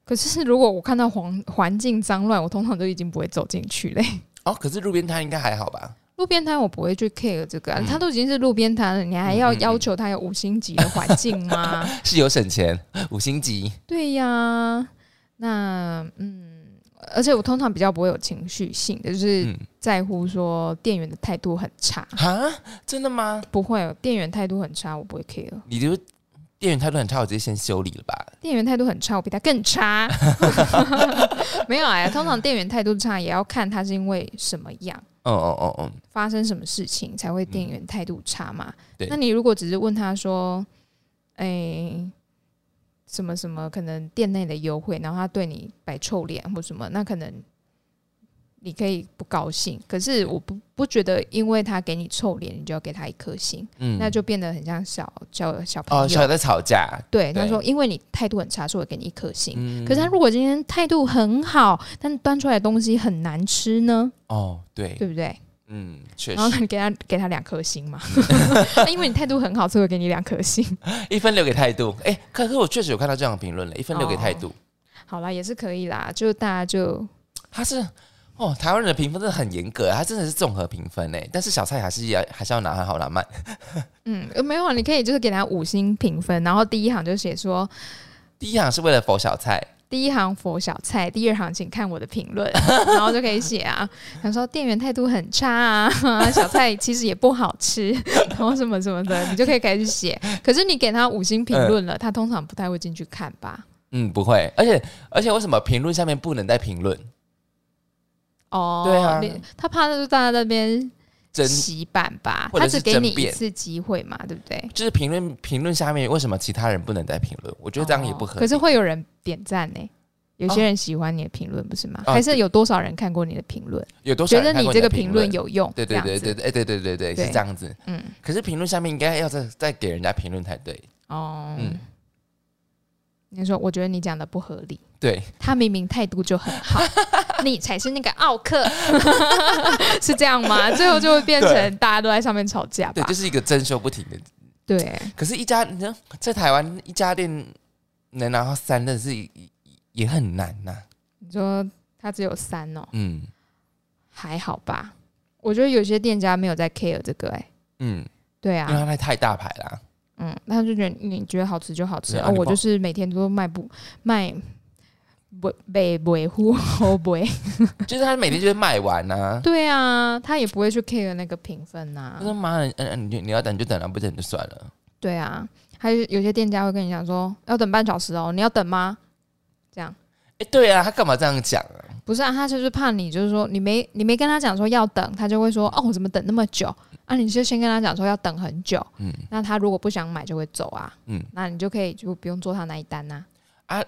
A: 可是如果我看到环环境脏乱，我通常都已经不会走进去嘞。
B: 哦，可是路边摊应该还好吧？
A: 路边摊我不会去 care 这个、啊，
B: 嗯
A: 它都已经是路边摊了，你还要要求它有五星级的环境吗？
B: 是有省钱， 五星级。
A: 对呀，那嗯，而且我通常比较不会有情绪性的，就是
B: 嗯，
A: 在乎说店员的态度很差，
B: 哈，真的吗？
A: 不会，店员态度很差，我不会 care。
B: 你就店员态度很差，我直接先修理了吧？
A: 店员态度很差，我比他更 差。 没有哎、通常店员态度差也要看他是因为什么样。
B: 嗯嗯嗯嗯，
A: 发生什么事情才会店员态度差嘛？
B: 对
A: 那你如果只是问他说，哎、什么什么，可能店内的优惠，然后他对你摆臭脸或什么，那可能你可以不高兴。可是我不不觉得，因为他给你臭脸，你就要给他一颗星，
B: 嗯，
A: 那就变得很像小小小朋
B: 哦，
A: 友。
B: 小孩在吵架。
A: 对，他
B: 对
A: 说因为你态度很差，所以我给你一颗星。
B: 嗯
A: 可是他如果今天态度很好，但端出来的东西很难吃呢，
B: 哦，对，
A: 对不对？
B: 嗯，确
A: 然后
B: 实，
A: 那你给他给他两颗星 嘛， 因为你态度很好，所以我给你两颗星。
B: 一分留给态度。哎、可是我确实有看到这样的评论了，一分留给态度，
A: 好啦，也是可以啦，就大家就
B: 他是哦，台湾人的评分真的很严格，啊他真的是综合评分哎，但是小菜还是要还是要拿很好拿慢。
A: 嗯呃没有啊，你可以就是给他五星评分，然后第一行就写说
B: 第一行是为了否小菜，
A: 第一行佛小菜，第二行请看我的评 论，然后就可以写啊，想说店员态度很差啊，小菜其实也不好吃， 然后什么什么的，你就可以开始写。可是你给他五星评论了，他通常不太会进去看吧？
B: 嗯，不会，而且而且为什么评论下面不能再评论？
A: 哦，
B: 对啊
A: 你，他怕就是大家在那边
B: 真
A: 洗版吧，
B: 或
A: 他只
B: 者是
A: 给你
B: 争
A: 一
B: 辩
A: 次机会嘛，对不对？
B: 就是评论评论下面为什么其他人不能再评论？我觉得这样也不合
A: 哦
B: 理。
A: 可是会有人点赞呢、有些人喜欢你的评论，不是吗？
B: 哦
A: 还是有多少人看过你的评论，
B: 有多
A: 觉
B: 少人
A: 得
B: 看
A: 你
B: 过
A: 这个
B: 的评
A: 评论？有用？
B: 对对对
A: 对，
B: 对对，哎对对对对，
A: 对
B: 是这样子。
A: 嗯，
B: 可是评论下面应该要再再给人家评论才对。
A: 哦，
B: 嗯
A: 你说，我觉得你讲的不合理，
B: 对，
A: 他明明态度就很 好，你才是那个奥克，是这样吗？最后就会变成大家都在上面吵架
B: 对，
A: 吧
B: 就？是一个争修不停的。
A: 对，
B: 可是，一家你知道，在台湾一家店能拿到三，真的是也也很难呐、
A: 你说他只有三哦，
B: 嗯
A: 还好吧？我觉得有些店家没有在 care 这个、哎，
B: 嗯，
A: 对
B: 因
A: 啊，
B: 为它太大牌啦。
A: 嗯，他就觉得你觉得好吃就好吃，
B: 对啊
A: 哦，
B: 你
A: 我
B: 不
A: 就
B: 好
A: 是每天都卖不卖不被维护 后不 会，
B: 就是他每天就是卖完呐、啊。
A: 对啊，他也不会去 care 那个评分呐、
B: 他说妈的，嗯嗯，你你要等就等啊，不等就算了。
A: 对啊，还有有些店家会跟你讲说要等半小时哦，你要等吗？这样
B: 哎、对啊，他干嘛这样讲啊？
A: 不是啊，他就是怕你，就是说你没你没跟他讲说要等，他就会说哦，我怎么等那么久？啊，你就先跟他讲说要等很久，
B: 嗯
A: 那他如果不想买就会走啊，
B: 嗯
A: 那你就可以就不用做他那一单啊呐、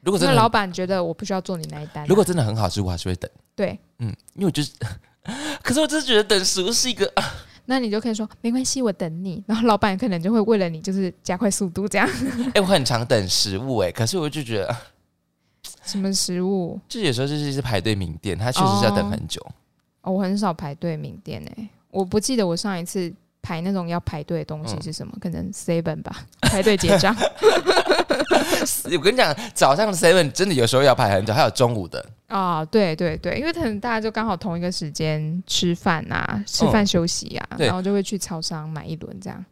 B: 如果
A: 因
B: 真
A: 为
B: 的
A: 老
B: 很
A: 板觉得我不需要做你那一单啊、
B: 如果真的很好吃，我还是会等。
A: 对，
B: 嗯，因为我就是， 可是我真的觉得等食物是一个， 啊
A: 那你就可以说没关系，我等你。然后老板可能就会为了你就是加快速度这 样。
B: 哎、我很常等食物哎、可是我就觉得，啊
A: 什么食物？
B: 就有时候就是一些排队名店，它确实是要等很久。
A: 哦，我很少排队名店诶、我不记得我上一次排那种要排队的东西是什么，
B: 嗯
A: 可能 seven 吧，排队结 账。
B: 我跟你讲，早上的 seven 真的有时候要排很久，还有中午的，
A: 啊、对对对，因为可能大家就刚好同一个时间吃饭啊，吃饭休息啊，
B: 嗯对
A: 然后就会去超商买一轮这样。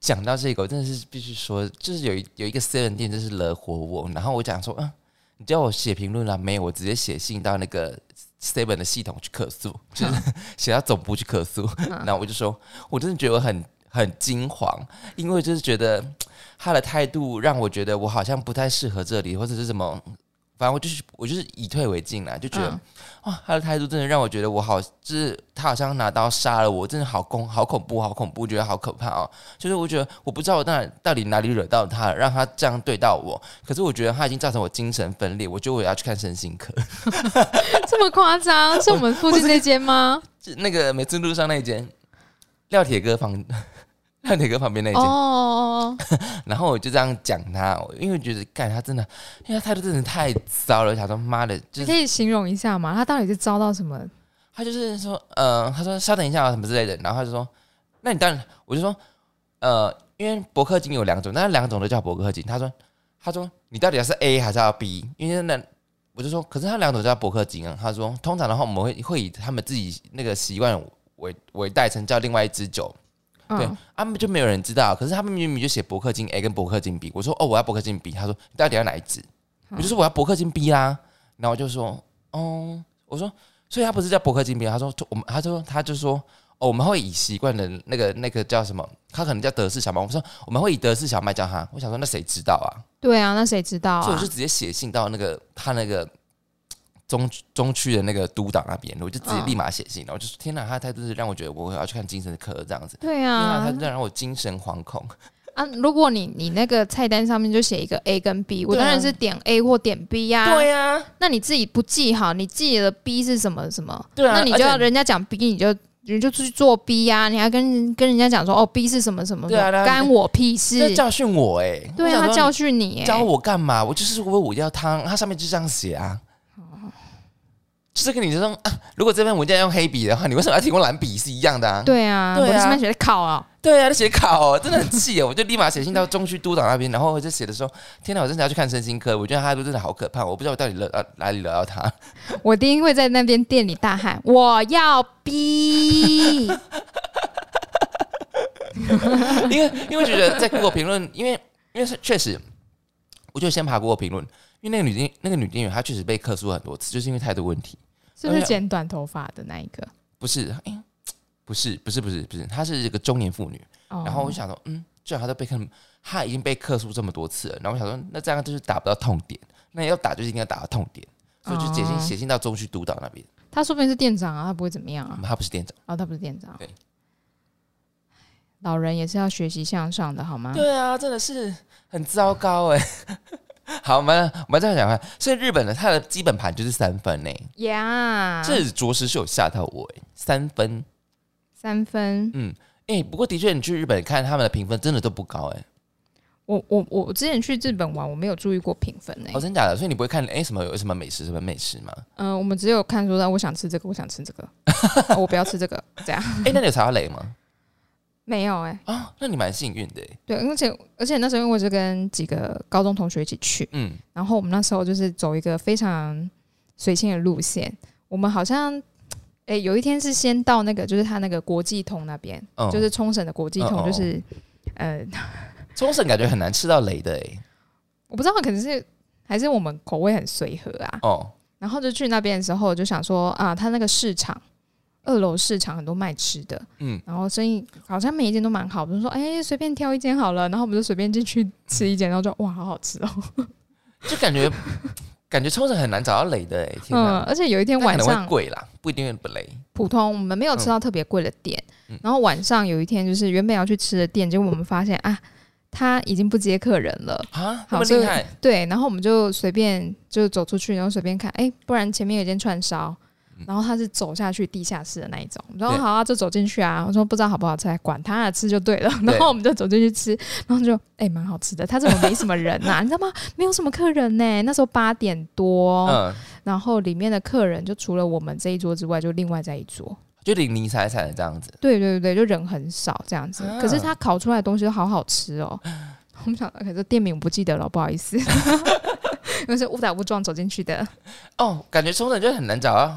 B: 讲到这个，我真的是必须说，就是有一有一个私人店，就是惹火我。然后我讲说，嗯，你叫我写评论了啊没有？我直接写信到那个 Seven 的系统去客诉，就是写到总部去客诉。 然后我就说，我真的觉得我很很惊慌，因为就是觉得嗯他的态度让我觉得我好像不太适合这里，或者是什么。反正我就是我就是以退为进啦，就觉得、
A: 嗯
B: 哇，他的态度真的让我觉得我好，就是他好像拿刀杀了我，真的好恐好恐怖，好恐怖，觉得好可怕哦。就是我觉得我不知道我到底到底哪里惹到他了，让他这样对到我。可是我觉得他已经造成我精神分裂，我觉得我要去看身心科。
A: 这么夸张？ 是我们附近这间吗？
B: 就那个梅村路上那一间廖铁哥旁 廖铁哥旁边那一
A: 哦哦，
B: 间，
A: 哦
B: 然后我就这样讲他，我因为觉得干他真的，因为他态度真的太糟了，我想说妈的，就
A: 你
B: 是
A: 可以形容一下吗？他到底是遭到什么？
B: 他就是说，呃，他说稍等一下啊什么之类的，然后他就说，那你当然，我就说，呃，因为伯克金有两种，那两种都叫伯克金。他说，他说你到底要是 A 还是要 B？因为那我就说，可是他两种叫伯克金啊。他说，通常的话我们会会以他们自己那个习惯为为代称叫另外一支酒，对
A: 嗯，，
B: 他们就没有人知道。可是他们明明就写伯克金 A 跟伯克金 B。我说，哦，我要伯克金 B。他说，你到底要哪一支？
A: 嗯
B: 我就说我要伯克金 B 啦。然后我就说，哦，我说，所以他不是叫伯克金 B，他啊说我们，他说他就说，哦，我们会以习惯的那个那个叫什么？他可能叫德式小麦。我说我们会以德式小麦叫他。我想说，那谁知道啊？
A: 对啊，那谁知道
B: 所以我
A: 啊
B: 就？直接写信到那个他那个中中区的那个督导那边，我就直接
A: 嗯
B: 立马写信，然后就说天哪，他的态度是让我觉得我要去看精神科这样子。
A: 对
B: 因为他
A: 啊
B: 他，让我精神惶恐，
A: 啊，如果你你那个菜单上面就写一个 A 跟 B，我
B: 对啊
A: 当然是点 A 或点 B 呀、
B: 对啊呀、
A: 那你自己不记好，你记了 B 是什么什么，
B: 对啊
A: 那你就
B: 而且
A: 要人家讲 B，你就你就去做 B 呀、你还跟跟人家讲说哦 B 是什么什么，
B: 对啊那
A: 干我屁
B: 这
A: 事。
B: 教训我哎、
A: 对
B: 我
A: 啊，
B: 想
A: 他
B: 说
A: 教训你耶，
B: 教我干嘛？我就是为我要汤，它上面就这样写啊。就是跟你这种、啊，如果这篇文件要用黑笔的话，你为什么要提供蓝笔是一样的啊？
A: 对啊，
B: 对啊
A: 我是被学考啊，
B: 对啊，那写考、哦、真的很气哦，我就立马写信到中区督导那边，然后我就写的说：“天哪，我真的要去看身心科，我觉得他都真的好可怕，我不知道我到底惹到哪里惹到他。
A: 我一定会在那边店里大喊我要 B，
B: 因为因为觉得在 Google 评论，因为因为是确实我就先爬过评论，因为那个女店那个女店员她确实被客诉很多次，就是因为态度问题。
A: 是不是剪短头发的那一个？
B: 不是，哎、不是，不是，不是，不是，她是一个中年妇女。
A: 哦
B: 然后我就想说，嗯，既然她都被客，她已经被客诉这么多次了，然后我想说，那这样就是打不到痛点，那要打就是一定要打到痛点，所以就写信
A: 哦
B: 写信到中区督导那边，
A: 他说不定是店长啊，他不会怎么样啊。
B: 她不是店长。
A: 哦，他不是店长。
B: 对，
A: 老人也是要学习向上的，好吗？
B: 对啊，真的是很糟糕哎、 好，我们我们再讲看，所以日本的它的基本盘就是三分呢、欸
A: 呀，
B: 这着实是有吓到我哎、三分。
A: 三分。
B: 哎、不过的确，你去日本看他们的评分真的都不高哎、
A: 我我我我之前去日本玩，我没有注意过评分欸诶、
B: 哦，真假的？所以你不会看哎、什么有什么美食什么美食吗？
A: 嗯、我们只有看说，啊我想吃这个，我想吃 这个，哦我不要吃这个，这样
B: 哎、那你有查到雷吗？
A: 没有诶、欸
B: 啊，那你蛮幸运的、欸。
A: 对，而且而且那时候因为我是跟几个高中同学一起去，
B: 嗯，
A: 然后我们那时候就是走一个非常随性的路线，我们好像。诶，有一天是先到那个，就是他那个国际通那边，
B: 嗯
A: 就是冲绳的国际
B: 嗯
A: 通，
B: 哦
A: 就是，呃，
B: 冲绳感觉很难吃到雷的哎、
A: 我不知道，可能是还是我们口味很随和啊。
B: 哦，
A: 然后就去那边的时候，我就想说啊，他那个市场，二楼市场很多卖吃的，
B: 嗯，
A: 然后生意好像每一间都蛮好，我就说哎，随便挑一间好了。然后我们就随便进去吃一间，然后就哇，好好吃哦。
B: 就感觉感觉冲绳很难找到雷的哎、天
A: 嗯，
B: 哪，
A: 而且有一天
B: 那
A: 晚
B: 可能会
A: 上，
B: 贵啦，不一定会不雷。
A: 普通我们没有吃到特别贵的店。
B: 嗯
A: 然后晚上有一天，就是原本要去吃的店，结果我们发现啊，他已经不接客人了。
B: 啊，
A: 好
B: 那么
A: 所以
B: 厉害，
A: 对，然后我们就随便就走出去，然后随便看，哎、不然前面有一间串烧，然后它是走下去地下室的那一种，然后
B: 嗯对
A: 好啊，就走进去啊，我说不知道好不好吃，管他啊吃就对了，
B: 对
A: 然后我们就走进去吃，然后就哎蛮、好吃的，他怎么没什么人 呐、你知道吗？没有什么客人呢、那时候八点多，
B: 嗯，
A: 然后里面的客人就除了我们这一桌之外，就另外在一桌，
B: 就零零散散的这样子。
A: 对对对，就人很少这样子，
B: 啊
A: 可是他烤出来的东西都好好吃 哦。我们想，可是店名我不记得了，不好意思，因为是误打误撞走进去的。
B: 哦，感觉冲绳就很难找到，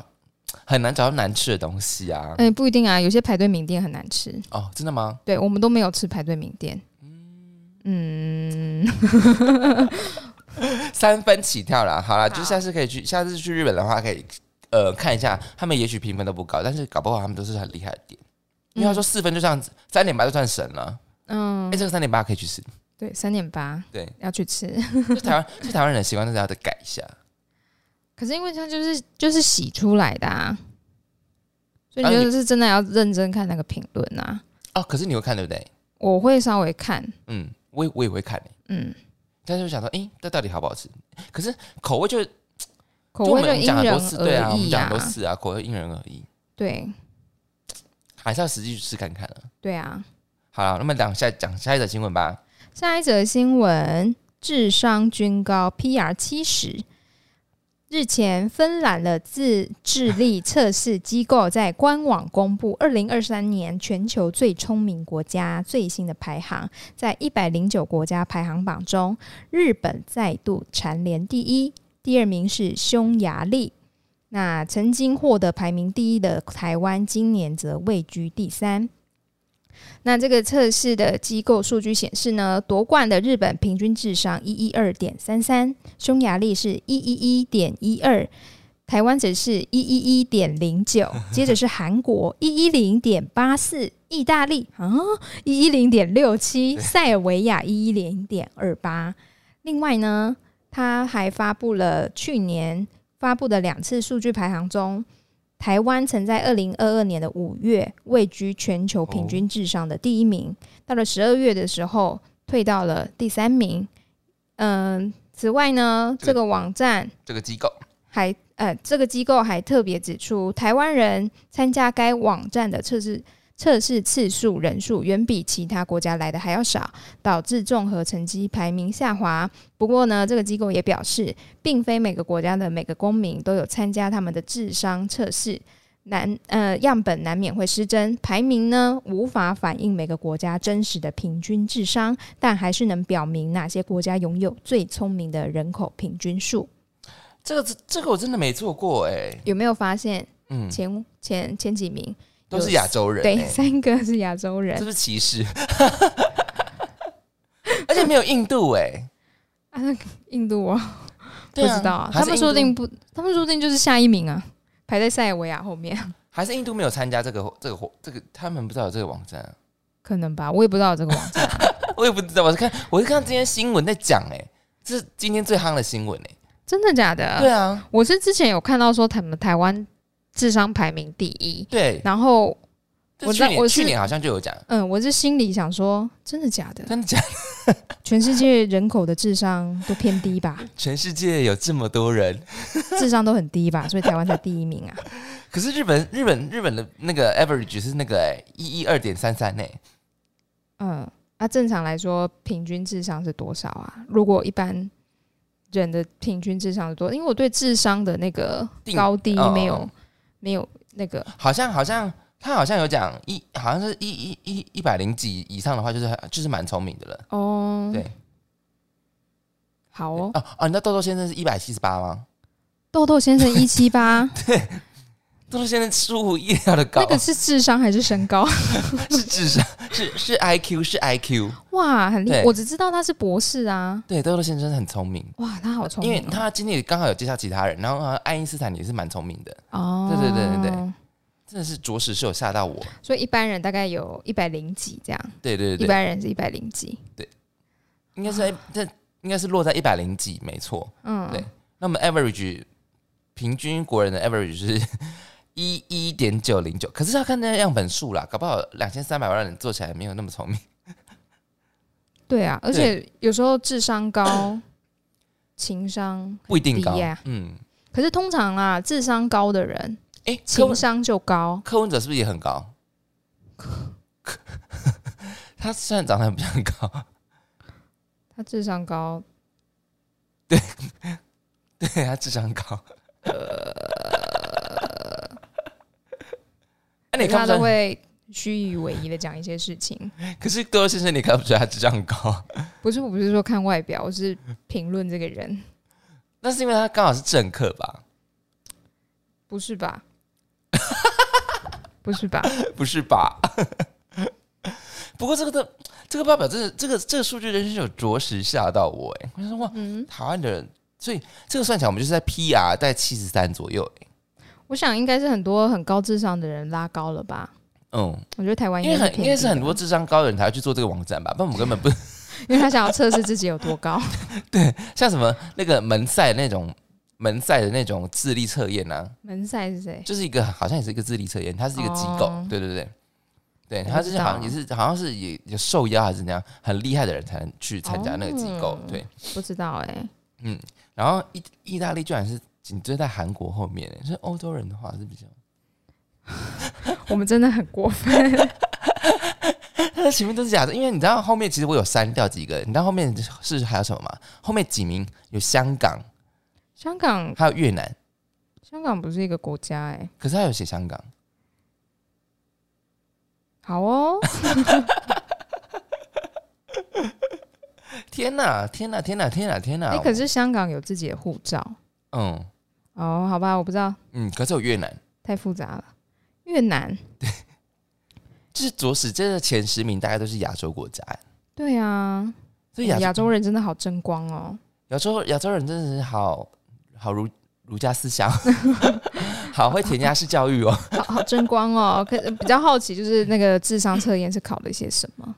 B: 很难找到难吃的东西啊。
A: 哎、不一定啊，有些排队名店很难吃。
B: 哦，真的吗？
A: 对，我们都没有吃排队名店。嗯，
B: 三分起跳啦，好啦，
A: 好
B: 就下次可以去，下次去日本的话可以呃看一下，他们也许评分都不高，但是搞不好他们都是很厉害的点。因为他说四分就这样子，三点八就算神了。
A: 嗯
B: 哎、，这个三点八可以去试。
A: 对，三点八
B: 对，
A: 要去吃。
B: 就台湾，就台湾人的习惯，但是要再改一下。
A: 可是因为它就是就是洗出来的啊，所以
B: 啊
A: 你
B: 你
A: 就是真的要认真看那个评论啊。
B: 哦，可是你会看对不对？
A: 我会稍微看，
B: 嗯，我也我也会看、欸，
A: 嗯，
B: 但是我想说，哎、这到底好不好吃？可是口味就
A: 口
B: 就我
A: 味
B: 们我们
A: 因
B: 讲很
A: 人
B: 多次，对啊，
A: 而
B: 我们
A: 异
B: 讲很多次啊，口味因人而异，
A: 对
B: 还是要实际去试看看啊。
A: 对啊。
B: 好了，那么讲下讲下一则新闻吧。
A: 下一则新闻：智商均高 PR 七十。日前，芬兰的自智力测试机构在官网公布二零二三年全球最聪明国家最新的排行，在一百零九国家排行榜中，日本再度蝉联第一，第二名是匈牙利。那曾经获得排名第一的台湾，今年则位居第三。那这个测试的机构数据显示呢，夺冠的日本平均智商一一二点三三，匈牙利是一一一点一二，台湾则是一一一点零九，接着是韩国一一零点八四，意大利啊一一零点六七，塞尔维亚一一零点二八。另外呢，他还发布了去年发布的两次数据排行中，台湾曾在二零二二年的五月位居全球平均智商的第一名，到了十二月的时候退到了第三名。嗯，此外呢，
B: 这
A: 这
B: 个
A: 个网站
B: 这个机构，
A: 还呃，这个机构还特别指出，台湾人参加该网站的测试测试次数人数远比其他国家来的还要少，导致综合成绩排名下滑。不过呢，这个机构也表示，并非每个国家的每个公民都有参加他们的智商测试。难呃，样本难免会失真，排名呢无法反映每个国家真实的平均智商，但还是能表明哪些国家拥有最聪明的人口平均数。
B: 这个这个我真的没做过哎、
A: 有没有发现
B: 嗯，
A: 前前前几名，
B: 都是亚洲人、欸，
A: 对，三个是亚洲
B: 这
A: 人
B: 不是 歧视？而且没有印度哎、
A: 啊，那印度啊，不
B: 对啊
A: 知道啊，
B: 还
A: 他
B: 是
A: 们说不
B: 印
A: 定不，他们说不定就是下一名啊，排在塞尔维亚后面，
B: 还是印度没有参加这个这个活这个，他们不知道有这个网站啊、
A: 可能吧，我也不知道这个 网站。
B: 我也不知道。我是看我是看今天新闻在讲，哎，这是今天最夯的新闻哎、
A: 真的假的？
B: 对啊，
A: 我是之前有看到说他们台湾智商排名第一，
B: 对，
A: 然后
B: 这
A: 我
B: 去
A: 在
B: 年
A: 我
B: 去
A: 是
B: 年好像就有讲，
A: 嗯，我是心里想说，真的假的？
B: 真的假的？
A: 全世界人口的智商都偏低吧？
B: 全世界有这么多人，
A: 智商都很低吧？所以台湾才第一名啊？
B: 可是日本日本日本的那个 average 是那个欸一一二点三欸三呢，
A: 嗯，那、正常来说，平均智商是多少啊？如果一般人的平均智商是多，因为我对智商的那个
B: 定
A: 高低
B: 哦
A: 没有、没有那个
B: 好像好像他好像有讲一，好像是一一一一百零几以上的话，就是很就是蛮聪明的了。
A: 哦。
B: 对，
A: 好哦，
B: 哦哦，你知道豆豆先生是一百七十八吗？
A: 豆豆 先生一七八，
B: 豆豆先生出乎意料的高，
A: 那个是智商还是身高？
B: 是智商，是是 I Q，是 I Q。
A: 哇，很厉害！
B: 对
A: 我只知道他是博士啊。
B: 对，豆豆先生很聪明，
A: 哇，他好聪
B: 因
A: 明、哦！
B: 为他今天也刚好有介绍其他人，然后呃爱因斯坦也是蛮聪明的，
A: 哦，
B: 对对对对对，真的是着实是有吓到我。
A: 所以一般人大概有一百零几这样，
B: 对对
A: 一
B: 对对，
A: 般人是一百零几，
B: 应该是在这应该是落在一百零几，没错。
A: 嗯，
B: 对那么 average 平均国人的 average 是 一一点九零九，可是要看那个样本数啦，搞不好两千三百万人做起来没有那么 聪明。
A: 对啊，而且有时候智商高， 情商，
B: 不一定高。
A: 低呀
B: 嗯，
A: 可是通常啊，智商高的人
B: 哎、柯
A: 情
B: 文
A: 商就高，
B: 柯文哲是不是也很高？ 他虽然长得很不像高，
A: 他智商高，
B: 对他智商高。
A: 呃
B: 那、啊你
A: 可是
B: 看
A: 他
B: 不
A: 都
B: 出来？
A: 会虚与委蛇的讲一些事情。
B: 可是多多先生，你看不出来他智商高？
A: 不是，我不是说看外表，我是评论这个人，
B: 那是因为他刚好是政客吧？
A: 不是吧？ 不是吧？
B: 不是吧？ 不过这个的这个报表真的，这个这个数据真是有着实吓到我哎！我就说哇，
A: 嗯，
B: 台湾的人，所以这个算起来，我们就是在 PR 在七十三左右哎。
A: 我想应该是很多很高智商的人拉高了吧？
B: 嗯，
A: 我觉得台湾
B: 因为
A: 是
B: 很应
A: 偏
B: 该
A: 低
B: 是很
A: 的
B: 多智商高的人才会去做这个网站吧，不然我们根本不
A: 因为他想要测试自己有多高。
B: 像什么那个门赛那种门赛的那种智力测验啊，
A: 门赛是谁？
B: 就是一个好像也是一个智力测验，它是一个机构，
A: 哦
B: 对对对，对，
A: 我
B: 它
A: 知
B: 就是好像
A: 道
B: 也是好像是也也受邀还是怎样，很厉害的人才能去参加那个机构，
A: 哦
B: 对。
A: 不知道哎、
B: 嗯，然后意意大利居然是紧追在韩国后面，所以欧洲人的话是比较，
A: 我们真的很过分。
B: 那前面都是假的，因为你知道后面其实我有删掉几个，你知道后面是还有什么吗？后面几名有香港，
A: 香港，
B: 还有越南，
A: 香港不是一个国家哎、
B: 可是他有写香港，
A: 好哦，
B: 天哪，天哪，天哪，天哪，天哪！
A: 哎、可是香港有自己的护照
B: 嗯
A: 哦，好吧，我不知道，
B: 嗯，可是有越南，
A: 太复杂了。越南，
B: 就是着实这个前十名大概都是亚洲国家，
A: 对啊，
B: 所以
A: 我们
B: 亚
A: 亚洲人真的好争光哦。
B: 亚洲亚洲人真的是好好儒儒家思想， 好会填鸭式教育哦。
A: 好 好争光哦。可比较好奇就是那个智商测验是考了一些什么？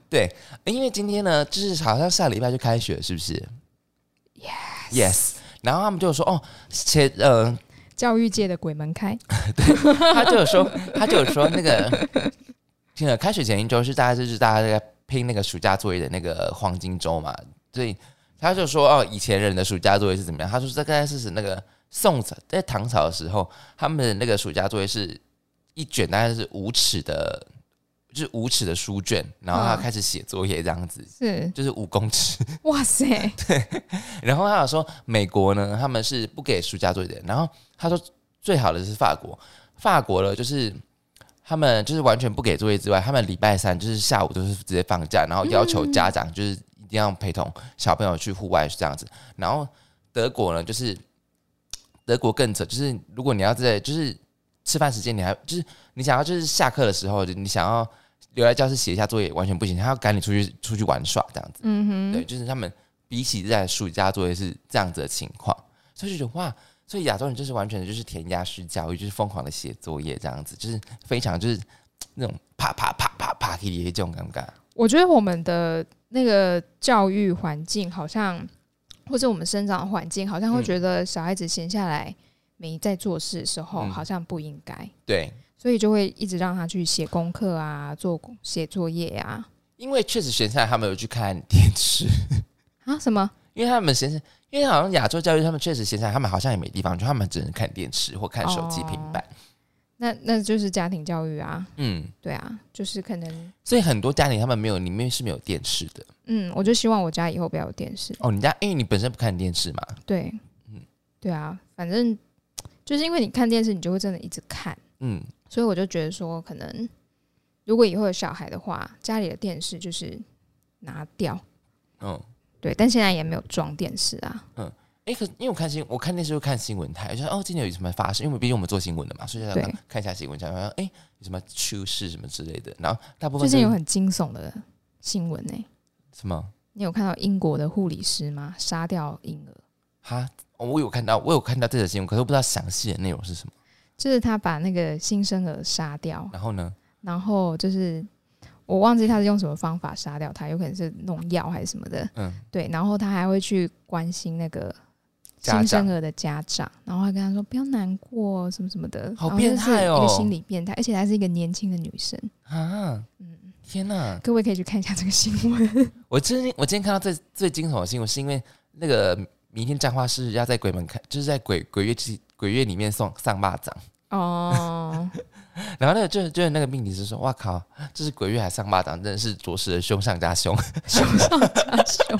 B: 因为今天呢，就是好像下礼拜就开学，是不是？Yes。Yes。然后他们就说，哦，前呃，
A: 教育界的鬼门开，
B: 他就有说，他就有说那个，呃，开学前一周是大家就是大家在拼那个暑假作业的那个黄金周嘛，所以他就说，哦，以前人的暑假作业是怎么样？他说这大概是指那个宋朝在唐朝的时候，他们的那个暑假作业是一卷大概是五尺的，就是五尺的书卷，然后他
A: 嗯
B: 开始写作业这样子，
A: 是
B: 就是五公尺。
A: 哇塞，
B: 然后他有说美国呢，他们是不给暑假作业的。然后他说最好的是法国，法国呢就是他们就是完全不给作业之外，他们礼拜三就是下午都是直接放假，然后要求家长就是一定要陪同小朋友去户外这样子。然后德国呢，就是德国更扯，就是如果你要在就是吃饭时间，你还就是你想要就是下课的时候，你想要留在教室写一下作业，完全不行，他要赶你出去出去玩耍这样子。
A: 嗯哼，
B: 对，就是他们比起在暑假作业是这样子的情况，所以就觉得哇，所以亚洲人就是完全就是填鸭式教育，就是疯狂的写作业这样子，就是非常就是嘖那种啪啪啪啪啪的这种尴尬。
A: 我觉得我们的那个教育环境好像，或者我们生长的环境，好像会
B: 嗯
A: 觉得小孩子闲下来没在做事的时候，
B: 嗯
A: 好像不应该，
B: 对，
A: 所以就会一直让他去写功课啊，做功写作业啊，
B: 因为确实闲下来他们有去看电视，
A: 啊什么？
B: 因为他们闲，因为好像亚洲教育他们确实闲下来，他们好像也没地方去，他们只能看电视或看手机、
A: 哦
B: 平板。
A: 那那就是家庭教育啊，
B: 嗯，
A: 对啊，就是可能，
B: 所以很多家庭他们没有里面是没有电视的。
A: 嗯，我就希望我家以后不要有电视，
B: 哦，你家因为你本身不看电视嘛，
A: 对，
B: 嗯
A: 对啊，反正就是因为你看电视，你就会真的一直看。
B: 嗯，
A: 所以我就觉得说，可能如果以后有小孩的话，家里的电视就是拿掉，
B: 嗯，
A: 对，但现在也没有装电视啊，
B: 哎、可是因为我看新，我看电视就看新闻台，就说哦，今天有什么发生，因为毕竟我们做新闻的嘛，所以就
A: 对
B: 想看一下新闻台，然后哎、诶有什么趋势什么之类的，然后大部分
A: 最近有
B: 都是
A: 很惊悚的新闻呢、欸
B: 什么
A: 你有看到英国的护理师吗？杀掉婴儿，
B: 哈、哦我有看到，我有看到这则新闻，可是我不知道详细的内容是什么。
A: 就是他把那个新生儿杀掉，
B: 然后呢，
A: 然后就是我忘记他是用什么方法杀掉他，有可能是弄药还是什么的，
B: 嗯，
A: 对，然后他还会去关心那个
B: 家
A: 新
B: 长
A: 生儿的家长，然后还跟他说不要难过哦什么什么的，
B: 好
A: 然后
B: 变
A: 就是
B: 态哦
A: 一个心理变态，而且还是一个年轻的女生。
B: 啊，
A: 嗯，
B: 天哪！
A: 各位可以去看一下这个新 闻。
B: 我今天我今天看到最最惊悚的新闻，是因为那个明天彰化市要在鬼门开，就是在鬼鬼月之鬼月里面送上蚂蚱，
A: 哦，
B: 然后那个就就是那个命理师说，哇靠，这是鬼月还上蚂蚱，真的是着实的凶上加凶。
A: 凶上加 凶。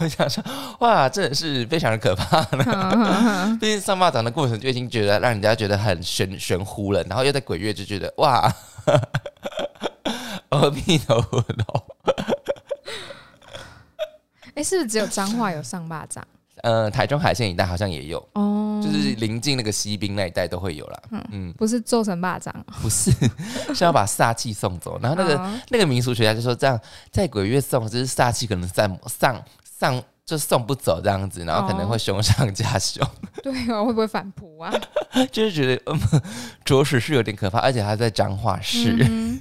B: 我想说，哇，真的是非常的可怕呢。毕竟上蚂蚱的过程就已经觉得让人家觉得很玄玄乎了，然后又在鬼月就觉得哇，阿弥陀佛喽。
A: 哎、是不是只有脏话有上巴掌？
B: 呃，台中海线一带好像也有，
A: 哦，
B: 就是临近那个西滨那一带都会有啦。嗯，
A: 不是揍成巴掌
B: 不是，是要把煞气送走。然后那个、
A: 哦
B: 那个民俗学家就说，这样在鬼月送，就是煞气可能散上上就送不走这样子，然后可能会凶上加凶。
A: 对哦，会不会反扑 啊？
B: 就是觉得， 嗯，着实是有点可怕，而且还在彰化市、
A: 嗯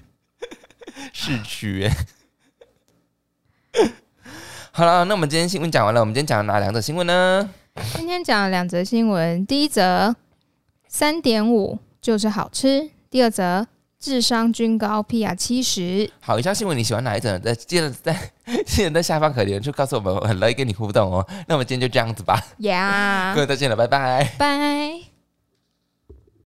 B: 市区 耶。好了，那我们今天新闻讲完了，我们今天讲了哪两则新闻呢？
C: 今天讲了两则新闻，第一则三点五就是好吃，第二则智商均高，PR 七十。
B: 好，以上新闻你喜欢哪一则呢？在记得在记得在下方可留言处告诉我们，我很乐意跟你互动哦。那我们今天就这样子吧，
C: 呀
B: 各，位再见了，拜拜。
C: 拜。